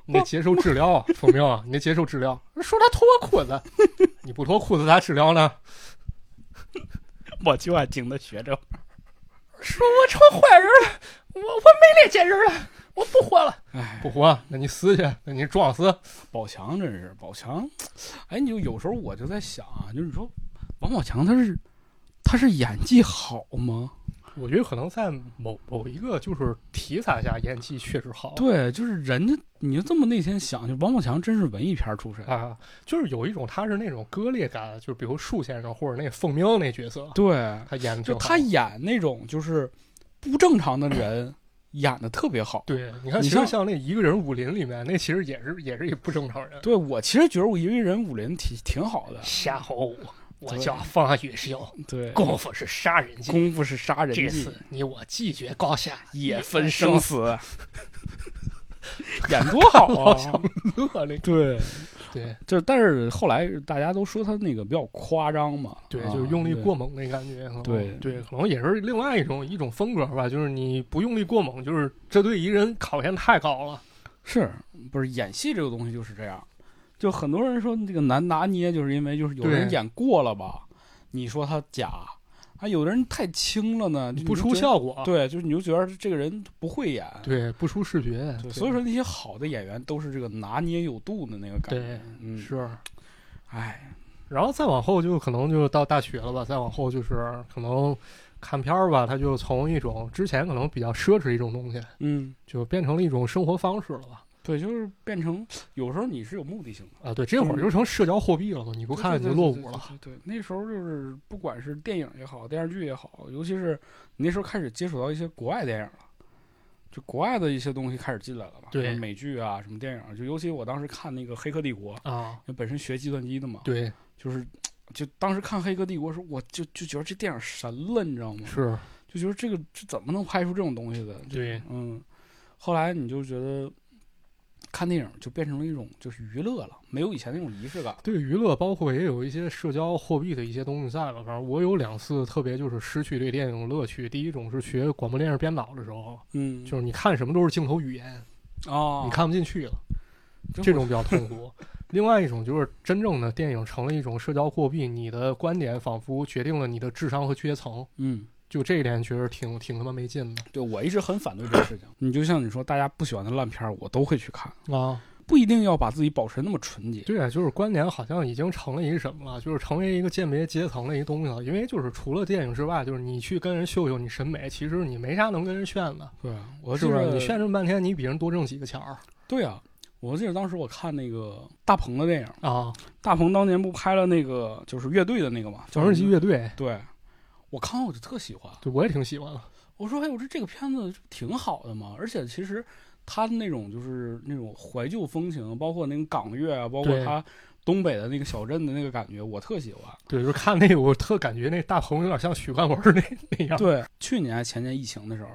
[SPEAKER 2] 你得接受治疗，啊冯彪，你得接受治疗。说他脱裤子，你不脱裤子咋治疗呢？
[SPEAKER 1] 我就爱听他学 着。
[SPEAKER 2] 说我成坏人了，我我没脸见人了，我不活了，
[SPEAKER 1] 哎，
[SPEAKER 2] 不活，那你死去，那你撞死。
[SPEAKER 1] 宝强真是宝强，哎，你就有时候我就在想啊，就是你说王宝强他是他是演技好吗？
[SPEAKER 2] 我觉得可能在某某一个就是题材下演技确实好。
[SPEAKER 1] 对，就是人家，你就这么那天想，就王宝强真是文艺片儿出身。
[SPEAKER 2] 啊，就是有一种他是那种割裂感，就是比如树先生或者那个凤鸣那角色，
[SPEAKER 1] 对，
[SPEAKER 2] 他演的
[SPEAKER 1] 就他演那种就是不正常的人，演的特别好。
[SPEAKER 2] 对，你看，
[SPEAKER 1] 你
[SPEAKER 2] 其实
[SPEAKER 1] 像
[SPEAKER 2] 像那一个人武林里面，那其实也是也是一不正常人。
[SPEAKER 1] 对我其实觉得我一个人武林挺挺好的。
[SPEAKER 2] 夏侯武，我
[SPEAKER 1] 对
[SPEAKER 2] 叫方宇修，
[SPEAKER 1] 对，
[SPEAKER 2] 功夫是杀人技，
[SPEAKER 1] 功夫是杀人
[SPEAKER 2] 这
[SPEAKER 1] 技
[SPEAKER 2] 次，你我既决高下，
[SPEAKER 1] 也
[SPEAKER 2] 也
[SPEAKER 1] 分
[SPEAKER 2] 分
[SPEAKER 1] 生
[SPEAKER 2] 生死。
[SPEAKER 1] 死， 演多好
[SPEAKER 2] 老想
[SPEAKER 1] 啊！
[SPEAKER 2] 乐那个，
[SPEAKER 1] 对，
[SPEAKER 2] 对
[SPEAKER 1] 就是但是后来大家都说他那个比较夸张嘛，
[SPEAKER 2] 对，
[SPEAKER 1] 啊
[SPEAKER 2] 就是用力过猛那感觉。可能
[SPEAKER 1] 对
[SPEAKER 2] 对，可能也是另外一种一种风格吧，就是你不用力过猛，就是这对一个人考验太高了。
[SPEAKER 1] 是不是演戏这个东西就是这样？就很多人说这个难拿捏，就是因为就是有人
[SPEAKER 2] 对
[SPEAKER 1] 演过了吧，你说他假，啊，有的人太轻了呢，就
[SPEAKER 2] 不
[SPEAKER 1] 你就
[SPEAKER 2] 出
[SPEAKER 1] 觉得，
[SPEAKER 2] 效果，
[SPEAKER 1] 对，就是你就觉得这个人不会演，
[SPEAKER 2] 对，不出视觉，
[SPEAKER 1] 对
[SPEAKER 2] 对
[SPEAKER 1] 所以说那些好的演员都是这个拿捏有度的那个感觉
[SPEAKER 2] 对，
[SPEAKER 1] 嗯，
[SPEAKER 2] 是。
[SPEAKER 1] 哎，
[SPEAKER 2] 然后再往后就可能就到大学了吧，再往后就是可能看片儿吧，它就从一种之前可能比较奢侈一种东西，
[SPEAKER 1] 嗯，
[SPEAKER 2] 就变成了一种生活方式了吧。
[SPEAKER 1] 对，就是变成有时候你是有目的性的，
[SPEAKER 2] 啊，对，这会儿就成社交货币了嘛，你不看你
[SPEAKER 1] 对
[SPEAKER 2] 就
[SPEAKER 1] 对
[SPEAKER 2] 落
[SPEAKER 1] 对
[SPEAKER 2] 伍了。
[SPEAKER 1] 对对，对那时候就是不管是电影也好，电视剧也好，尤其是你那时候开始接触到一些国外电影了，就国外的一些东西开始进来了嘛，
[SPEAKER 2] 对
[SPEAKER 1] 什么美剧啊，什么电影啊，就尤其我当时看那个《黑客帝国》，
[SPEAKER 2] 啊，
[SPEAKER 1] 因为本身学计算机的嘛，
[SPEAKER 2] 对，
[SPEAKER 1] 就是就当时看《黑客帝国》时候，我就就觉得这电影神了，你知道吗？
[SPEAKER 2] 是，
[SPEAKER 1] 就觉得这个这怎么能拍出这种东西的？
[SPEAKER 2] 对，
[SPEAKER 1] 嗯，后来你就觉得看电影就变成了一种就是娱乐了，没有以前那种仪式感。
[SPEAKER 2] 对娱乐包括也有一些社交货币的一些东西在了。反正我有两次特别就是失去对电影乐趣，第一种是学广播电视编导的时候，
[SPEAKER 1] 嗯，
[SPEAKER 2] 就是你看什么都是镜头语言，
[SPEAKER 1] 哦，
[SPEAKER 2] 你看不进去了，
[SPEAKER 1] 真
[SPEAKER 2] 这种比较痛苦。另外一种就是真正的电影成了一种社交货币，你的观点仿佛决定了你的智商和阶层，
[SPEAKER 1] 嗯，
[SPEAKER 2] 就这一点觉得挺挺他妈没劲的
[SPEAKER 1] 对我一直很反对这个事情。你就像你说，大家不喜欢的烂片儿，我都会去看，
[SPEAKER 2] 啊。
[SPEAKER 1] 不一定要把自己保持那么纯洁。
[SPEAKER 2] 对啊，就是观点好像已经成了一个什么了，就是成为一个鉴别阶层的一个东西了。因为就是除了电影之外，就是你去跟人秀秀你审美，其实你没啥能跟人炫的，
[SPEAKER 1] 对，我
[SPEAKER 2] 是
[SPEAKER 1] 记
[SPEAKER 2] 不是？啊
[SPEAKER 1] 得
[SPEAKER 2] 你炫这么半天，你比人多挣几个钱儿
[SPEAKER 1] 对啊，我记得当时我看那个大鹏的电影，
[SPEAKER 2] 啊？
[SPEAKER 1] 大鹏当年不拍了那个就是乐队的那个嘛，
[SPEAKER 2] 缝纫机
[SPEAKER 1] 乐。
[SPEAKER 2] 乐队，
[SPEAKER 1] 对，我看完我就特喜欢。
[SPEAKER 2] 对我也挺喜欢的。
[SPEAKER 1] 我说，哎，我说这个片子这不挺好的嘛，而且其实他那种就是那种怀旧风情，包括那个港乐啊，包括
[SPEAKER 2] 对
[SPEAKER 1] 他东北的那个小镇的那个感觉，我特喜欢。
[SPEAKER 2] 对，就是看那个，我特感觉那大鹏有点像许冠文那那 样。
[SPEAKER 1] 对，去年还前年疫情的时候，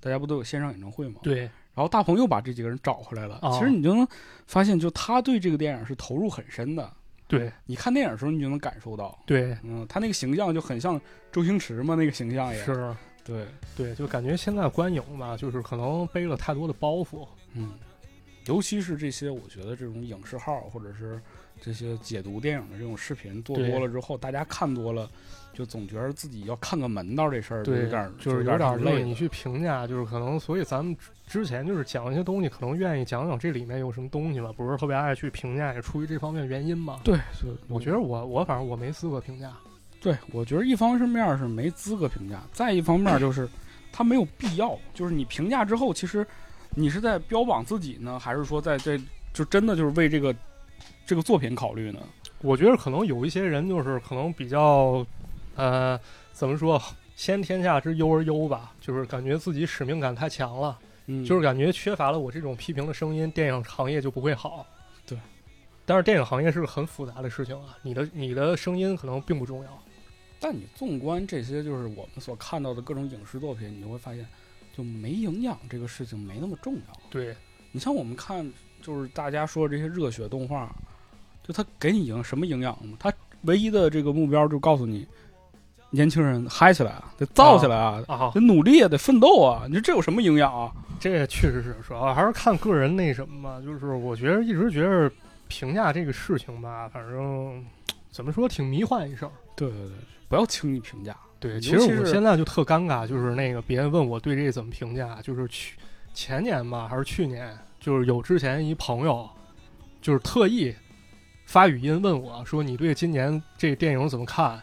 [SPEAKER 1] 大家不都有线上演唱会吗？。
[SPEAKER 2] 对
[SPEAKER 1] 然后大鹏又把这几个人找回来了，
[SPEAKER 2] 哦
[SPEAKER 1] 其实你就能发现，就他对这个电影是投入很深的。
[SPEAKER 2] 对
[SPEAKER 1] 你看电影的时候，你就能感受到，
[SPEAKER 2] 对，
[SPEAKER 1] 嗯，他那个形象就很像周星驰嘛，那个形象也
[SPEAKER 2] 是，
[SPEAKER 1] 对，
[SPEAKER 2] 对，就感觉现在观影吧，就是可能背了太多的包袱。
[SPEAKER 1] 嗯，尤其是这些，我觉得这种影视号或者是这些解读电影的这种视频做
[SPEAKER 2] 对
[SPEAKER 1] 多了之后，大家看多了，就总觉得自己要看个门道这事儿，有
[SPEAKER 2] 对
[SPEAKER 1] 点儿，
[SPEAKER 2] 就
[SPEAKER 1] 有
[SPEAKER 2] 是有
[SPEAKER 1] 点
[SPEAKER 2] 点
[SPEAKER 1] 儿
[SPEAKER 2] 儿就是
[SPEAKER 1] 累
[SPEAKER 2] 你
[SPEAKER 1] 了。
[SPEAKER 2] 去评价，就是可能，所以咱们之之前就是讲一些东西，可能愿意讲讲这里面有什么东西吧，不是特别爱去评价，也出于这方面原因吧。
[SPEAKER 1] 对，是
[SPEAKER 2] 我觉得我我反正我没资格评价。
[SPEAKER 1] 对，我觉得一方面是没资格评价，再一方面就是他没有必要。就是你评价之后，其实你是在标榜自己呢，还是说在这就真的就是为这个这个作品考虑呢？
[SPEAKER 2] 我觉得可能有一些人就是可能比较，呃，怎么说，先天下之忧而忧吧，就是感觉自己使命感太强了，
[SPEAKER 1] 嗯，
[SPEAKER 2] 就是感觉缺乏了我这种批评的声音，电影行业就不会好。
[SPEAKER 1] 对，
[SPEAKER 2] 但是电影行业是个很复杂的事情啊，你的你的声音可能并不重要。
[SPEAKER 1] 但你纵观这些，就是我们所看到的各种影视作品，你就会发现，就没营养这个事情没那么重要。
[SPEAKER 2] 对
[SPEAKER 1] 你像我们看，就是大家说的这些热血动画，就它给你营什么营养呢？它唯一的这个目标就告诉你，年轻人嗨起来啊，得造起来啊，
[SPEAKER 2] 啊，
[SPEAKER 1] 得努力啊，得奋斗啊！你说这有什么营养啊？
[SPEAKER 2] 这确实是，主要还是看个人那什么嘛，就是我觉得一直觉得评价这个事情吧，反正怎么说挺迷幻一事儿。
[SPEAKER 1] 对对对，不要轻易评价。尤
[SPEAKER 2] 对，
[SPEAKER 1] 其
[SPEAKER 2] 其实我
[SPEAKER 1] 是
[SPEAKER 2] 现在就特尴尬，就是那个别人问我对这怎么评价，就是去前年吧，还是去年，就是有之前一朋友，就是特意发语音问我说：“你对今年这电影怎么看？”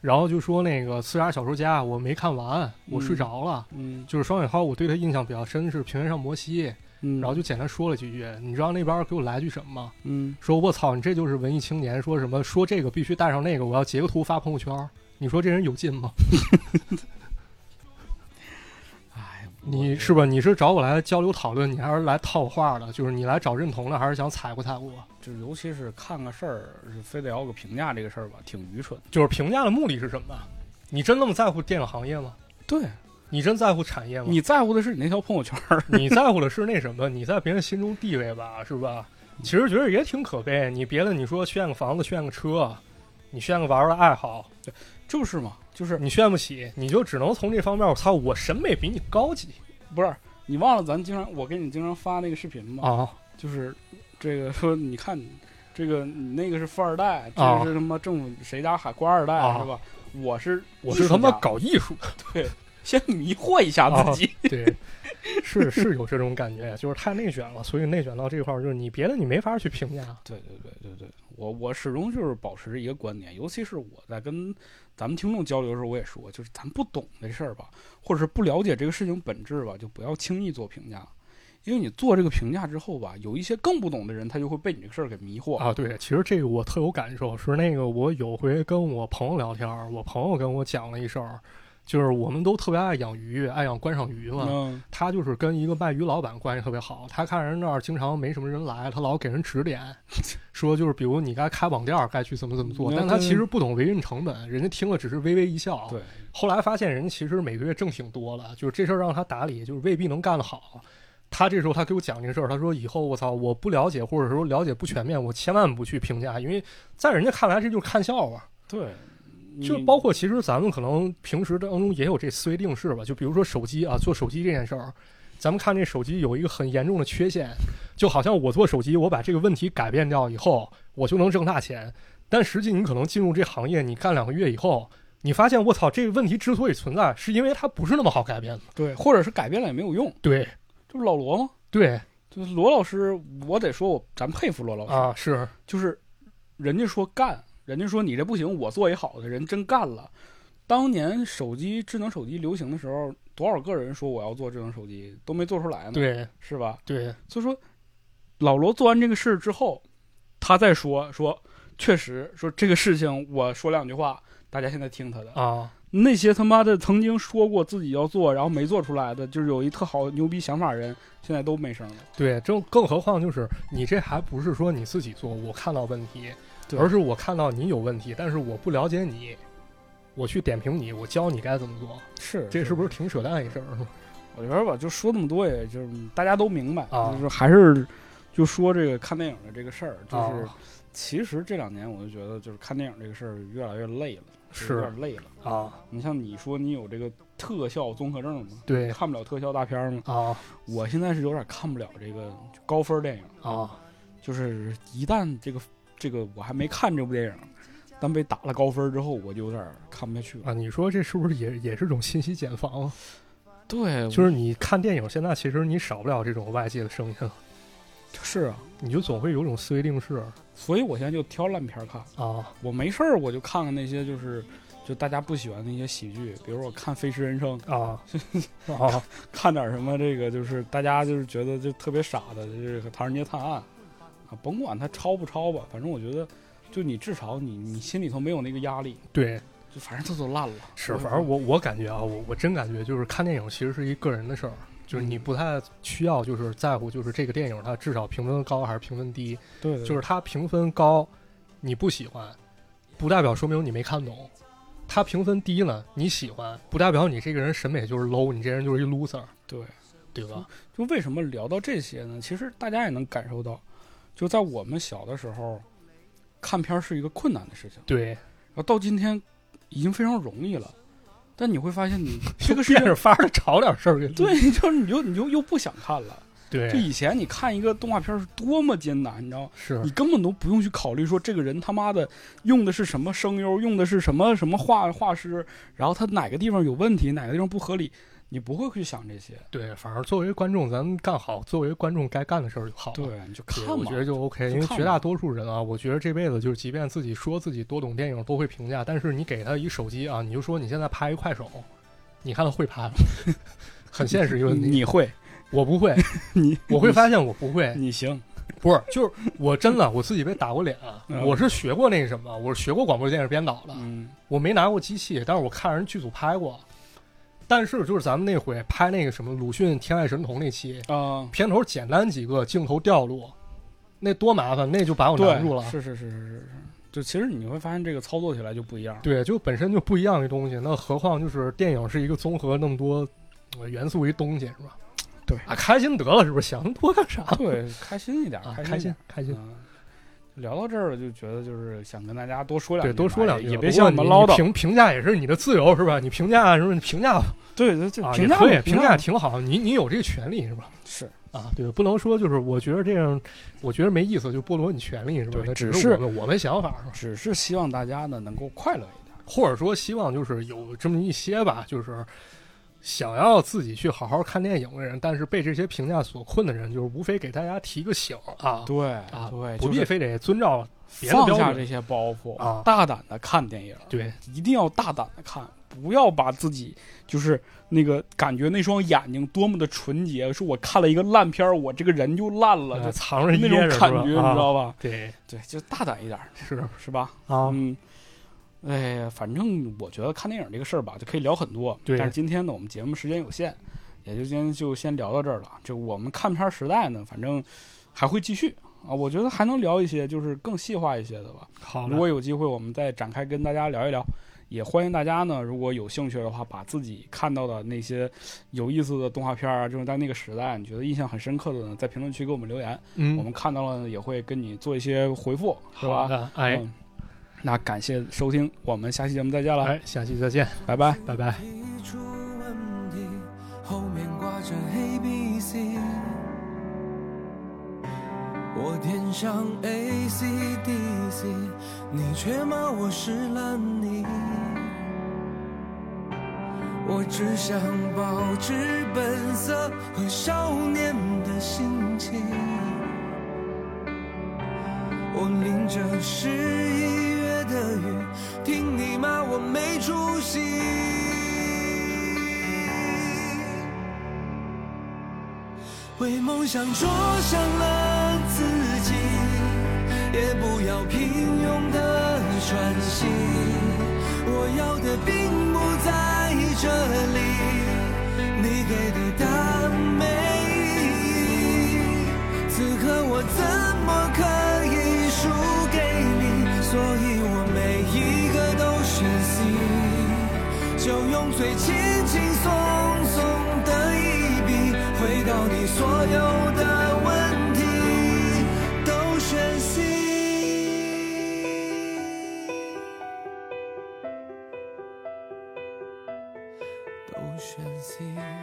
[SPEAKER 2] 然后就说那个《刺杀小说家》，我没看完，我睡着了。
[SPEAKER 1] 嗯
[SPEAKER 2] 就是双雪涛，我对他印象比较深是《平原上摩西》，
[SPEAKER 1] 嗯，
[SPEAKER 2] 然后就简单说了几句。你知道那边给我来句什么吗？
[SPEAKER 1] 嗯，
[SPEAKER 2] 说我操，你这就是文艺青年，说什么说这个必须带上那个，我要截个图发朋友圈。你说这人有劲吗？
[SPEAKER 1] 哎，
[SPEAKER 2] 你是吧？你是找我来交流讨论，你还是来套话的？就是你来找认同的，还是想踩过踩我？
[SPEAKER 1] 就是尤其是看个事儿，是非得要个评价这个事儿吧，挺愚蠢的。
[SPEAKER 2] 就是评价的目的是什么？你真那么在乎电影行业吗？
[SPEAKER 1] 对，
[SPEAKER 2] 你真在乎产业吗？
[SPEAKER 1] 你在乎的是你那条朋友圈儿，
[SPEAKER 2] 你在乎的是那什么？你在别人心中地位吧，是吧？其实觉得也挺可悲。你别的你说炫个房子、炫个车，你炫个玩儿的爱好，
[SPEAKER 1] 就是嘛，就是
[SPEAKER 2] 你炫不起，你就只能从这方面。我操，我审美比你高级
[SPEAKER 1] 不是你忘了咱经常我给你经常发那个视频吗？
[SPEAKER 2] 啊！
[SPEAKER 1] 就是这个 说，你看这个你那个是富二代，这
[SPEAKER 2] 啊
[SPEAKER 1] 个是他妈政府谁家喊官二代、
[SPEAKER 2] 啊
[SPEAKER 1] 是吧？我是
[SPEAKER 2] 我
[SPEAKER 1] 艺
[SPEAKER 2] 是
[SPEAKER 1] 术
[SPEAKER 2] 他妈
[SPEAKER 1] 家
[SPEAKER 2] 搞啊艺术，
[SPEAKER 1] 先迷惑一下自己，
[SPEAKER 2] 对，是是有这种感觉，就是太内卷了，所以内卷到这块儿，就是你别的你没法去评价。
[SPEAKER 1] 对对对对对，我我始终就是保持着一个观点，尤其是我在跟咱们听众交流的时候，我也说，就是咱不懂这事儿吧，或者是不了解这个事情本质吧，就不要轻易做评价，因为你做这个评价之后吧，有一些更不懂的人，他就会被你这个事儿给迷惑。
[SPEAKER 2] 啊，对，其实这个我特有感受，是那个我有回跟我朋友聊天儿，我朋友跟我讲了一事儿，就是我们都特别爱养鱼，爱养观赏鱼嘛。
[SPEAKER 1] 嗯
[SPEAKER 2] 他就是跟一个卖鱼老板关系特别好，他看人那儿经常没什么人来，他老给人指点，说就是比如你该开网店儿，该去怎么怎么做，
[SPEAKER 1] 嗯
[SPEAKER 2] 但他其实不懂维运成本，人家听了只是微微一笑。
[SPEAKER 1] 对，
[SPEAKER 2] 后来发现人其实每个月挣挺多了，就是这事儿让他打理，就是未必能干得好。他这时候他给我讲这个事儿，他说以后我操我不了解或者说了解不全面，我千万不去评价，因为在人家看来这就是看笑话。
[SPEAKER 1] 对，
[SPEAKER 2] 就
[SPEAKER 1] 你
[SPEAKER 2] 包括其实咱们可能平时当中也有这思维定式吧，就比如说手机啊，做手机这件事儿，咱们看这手机有一个很严重的缺陷，就好像我做手机，我把这个问题改变掉以后，我就能挣大钱。但实际你可能进入这行业，你干两个月以后，你发现我操，这个问题之所以存在，是因为它不是那么好改变的。
[SPEAKER 1] 对，或者是改变了也没有用，
[SPEAKER 2] 对
[SPEAKER 1] 这不老罗吗？
[SPEAKER 2] 对
[SPEAKER 1] 就是罗老师，我得说我咱佩服罗老师，
[SPEAKER 2] 啊，是
[SPEAKER 1] 就是人家说干，人家说你这不行，我做一好的，人真干了。当年手机智能手机流行的时候，多少个人说我要做智能手机，都没做出来呢，
[SPEAKER 2] 对
[SPEAKER 1] 是吧？
[SPEAKER 2] 对
[SPEAKER 1] 所以说，老罗做完这个事之后，他再说说，确实说这个事情，我说两句话，大家现在听他的。
[SPEAKER 2] 啊，
[SPEAKER 1] 那些他妈的曾经说过自己要做，然后没做出来的，就是有一特好牛逼想法的人，现在都没声了。
[SPEAKER 2] 对，更更何况就是你这还不是说你自己做，我看到问题，
[SPEAKER 1] 对
[SPEAKER 2] 而是我看到你有问题，但是我不了解你，我去点评你，我教你该怎么做，
[SPEAKER 1] 是
[SPEAKER 2] 这是不是挺扯淡一事儿？
[SPEAKER 1] 我觉得吧，就说这么多，也就是大家都明白，
[SPEAKER 2] 啊
[SPEAKER 1] 就是还是就说这个看电影的这个事儿，就是、
[SPEAKER 2] 啊
[SPEAKER 1] 其实这两年我就觉得，就是看电影这个事儿越来越累了，
[SPEAKER 2] 是
[SPEAKER 1] 有点累了。
[SPEAKER 2] 啊，
[SPEAKER 1] 你像你说你有这个特效综合症吗？
[SPEAKER 2] 对
[SPEAKER 1] 看不了特效大片儿吗？
[SPEAKER 2] 啊
[SPEAKER 1] 我现在是有点看不了这个高分电影，
[SPEAKER 2] 啊
[SPEAKER 1] 就是一旦这个这个我还没看这部电影，但被打了高分之后，我就有点看不下去了。
[SPEAKER 2] 啊！你说这是不是也也是种信息茧房啊？
[SPEAKER 1] 对，
[SPEAKER 2] 就是是你看电影，现在其实你少不了这种外界的声音，
[SPEAKER 1] 是啊，
[SPEAKER 2] 你就总会有种思维定式
[SPEAKER 1] 所以我现在就挑烂片儿看。
[SPEAKER 2] 啊
[SPEAKER 1] 我没事儿我就看看那些就是就大家不喜欢的一些喜剧，比如我看《飞驰人生》，
[SPEAKER 2] 啊啊
[SPEAKER 1] 看点儿什么这个就是大家就是觉得就特别傻的这个《唐人街探案》啊，甭管它抄不抄吧，反正我觉得就你至少你你心里头没有那个压力，
[SPEAKER 2] 对。
[SPEAKER 1] 就反正它都烂了。
[SPEAKER 2] 是，
[SPEAKER 1] 我
[SPEAKER 2] 反正我我感觉啊，我我真感觉就是看电影其实是一个人的事儿，就是
[SPEAKER 1] 嗯
[SPEAKER 2] 你不太需要就是在乎就是这个电影它至少评分高还是评分低，
[SPEAKER 1] 对对
[SPEAKER 2] 就是它评分高你不喜欢，不代表说明你没看懂；它评分低呢你喜欢，不代表你这个人审美就是 low，你这人就是一 loser，
[SPEAKER 1] 对，嗯
[SPEAKER 2] 对吧？
[SPEAKER 1] 就为什么聊到这些呢？其实大家也能感受到，就在我们小的时候，看片儿是一个困难的事情，
[SPEAKER 2] 对，
[SPEAKER 1] 然后到今天已经非常容易了，但你会发现你 这个事
[SPEAKER 2] 电
[SPEAKER 1] 情
[SPEAKER 2] 影发着找点事儿给 你
[SPEAKER 1] 对，就是你就你就又不想看了。就
[SPEAKER 2] 对
[SPEAKER 1] 以前你看一个动画片是多么艰难，你知道吗？
[SPEAKER 2] 是
[SPEAKER 1] 你根本都不用去考虑说这个人他妈的用的是什么声优，用的是什么什么画画师，然后他哪个地方有问题，哪个地方不合理，你不会去想这些，
[SPEAKER 2] 对，反正作为观众，咱们干好作为观众该干的事儿就好了。
[SPEAKER 1] 对，你就
[SPEAKER 2] 对，
[SPEAKER 1] 看
[SPEAKER 2] 我
[SPEAKER 1] 嘛
[SPEAKER 2] 觉。得就 OK，
[SPEAKER 1] 就
[SPEAKER 2] 因为
[SPEAKER 1] 看
[SPEAKER 2] 绝
[SPEAKER 1] 吧
[SPEAKER 2] 大多数人啊，我觉得这辈子就是，即便自己说自己多懂电影，多会评价，但是你给他一手机啊，你就说你现在拍一快手，你看他会拍吗？ 很现实一个问题，
[SPEAKER 1] 你会，
[SPEAKER 2] 我不会，
[SPEAKER 1] 你
[SPEAKER 2] 我会发现我不会，
[SPEAKER 1] 你行，
[SPEAKER 2] 不是，就是我真的我自己被打过脸啊，
[SPEAKER 1] 嗯
[SPEAKER 2] 我是学过那个什么，我是学过广播电视编导的，
[SPEAKER 1] 嗯，
[SPEAKER 2] 我没拿过机器，但是我看人剧组拍过，但是就是咱们那回拍那个什么鲁迅《天外神童》那期，
[SPEAKER 1] 啊，
[SPEAKER 2] 片头简单几个，镜头调度，那多麻烦，那就把我难住了
[SPEAKER 1] 对，。是是是是是，就其实你会发现这个操作起来就不一样。
[SPEAKER 2] 对，就本身就不一样的东西，那何况就是电影是一个综合那么多呃元素一东西，是吧？
[SPEAKER 1] 对
[SPEAKER 2] 啊，开心得了，是不是？想那么多干啥？
[SPEAKER 1] 对，开心一点，
[SPEAKER 2] 啊，
[SPEAKER 1] 开
[SPEAKER 2] 开
[SPEAKER 1] 一点
[SPEAKER 2] 心，开心。
[SPEAKER 1] 嗯， 聊到这儿了，就觉得就是想跟大家多嗯说两
[SPEAKER 2] 对，
[SPEAKER 1] 句吧，
[SPEAKER 2] 多说两句吧，
[SPEAKER 1] 也也别
[SPEAKER 2] 不过
[SPEAKER 1] 像我们
[SPEAKER 2] 你
[SPEAKER 1] 唠叨。
[SPEAKER 2] 评评价也是你的自由，是吧？你评价啊什么？你评价吧
[SPEAKER 1] 对对对，
[SPEAKER 2] 啊，
[SPEAKER 1] 评
[SPEAKER 2] 也
[SPEAKER 1] 价
[SPEAKER 2] 可以，
[SPEAKER 1] 吧
[SPEAKER 2] 评
[SPEAKER 1] 价
[SPEAKER 2] 价
[SPEAKER 1] 吧
[SPEAKER 2] 挺好，你你有这个权利，是吧？
[SPEAKER 1] 是
[SPEAKER 2] 啊，对，不能说就是我觉得这样，我觉得没意思，就剥夺你权利，是吧
[SPEAKER 1] 对？
[SPEAKER 2] 那只
[SPEAKER 1] 只
[SPEAKER 2] 我
[SPEAKER 1] 是
[SPEAKER 2] 们我们想法，是吧？
[SPEAKER 1] 只是希望大家呢能够快乐一点。
[SPEAKER 2] 或者说希望就是有这么一些吧，就是想要自己去好好看电影的人，但是被这些评价所困的人，就是无非给大家提个醒啊，
[SPEAKER 1] 对
[SPEAKER 2] 啊
[SPEAKER 1] 对，
[SPEAKER 2] 不
[SPEAKER 1] 就
[SPEAKER 2] 必
[SPEAKER 1] 是嗯
[SPEAKER 2] 非得遵照别的
[SPEAKER 1] 放
[SPEAKER 2] 标
[SPEAKER 1] 下
[SPEAKER 2] 准
[SPEAKER 1] 这些包袱
[SPEAKER 2] 啊
[SPEAKER 1] 大胆的看电影，
[SPEAKER 2] 对
[SPEAKER 1] 一定要大胆的看，不要把自己就是那个感觉那双眼睛多么的纯洁，说我看了一个烂片儿，我这个人就烂了，
[SPEAKER 2] 呃
[SPEAKER 1] 就
[SPEAKER 2] 藏着掖
[SPEAKER 1] 那种
[SPEAKER 2] 着是吧
[SPEAKER 1] 感觉，你知
[SPEAKER 2] 啊
[SPEAKER 1] 道吧？
[SPEAKER 2] 对
[SPEAKER 1] 对，就大胆一点儿，
[SPEAKER 2] 是
[SPEAKER 1] 是吧？
[SPEAKER 2] 啊，
[SPEAKER 1] 嗯，哎呀，反正我觉得看电影这个事儿吧，就可以聊很多。
[SPEAKER 2] 对
[SPEAKER 1] 但是今天呢，我们节目时间有限，也就今天就先聊到这儿了。就我们看片儿时代呢，反正还会继续啊，我觉得还能聊一些，就是更细化一些的吧。
[SPEAKER 2] 好嘞
[SPEAKER 1] 嗯如果有机会，我们再展开跟大家聊一聊。也欢迎大家呢，如果有兴趣的话，把自己看到的那些有意思的动画片儿啊，就是在那个时代你觉得印象很深刻的呢，在评论区给我们留言，
[SPEAKER 2] 嗯，
[SPEAKER 1] 我们看到了呢也会跟你做一些回复，是吧
[SPEAKER 2] 好？的，哎
[SPEAKER 1] 嗯，那感谢收听，我们下期节目再见了，
[SPEAKER 2] 哎，下期再见，
[SPEAKER 1] 拜拜。
[SPEAKER 2] 拜拜。
[SPEAKER 6] 提出问题，后面挂着黑 B C。我点上 A C D C，你却骂我是烂泥。我只想保持本色和少年的心情。我淋着十一月的雨，听你骂我没出息。为梦想着想了自己，也不要平庸的喘息。我要的并不在这里，你给的答案没意义。此刻我怎么可以输给你？所以我每一个都是 C，就用最轻轻松松的一笔，回到你所有的问题，都选 C。都选 C。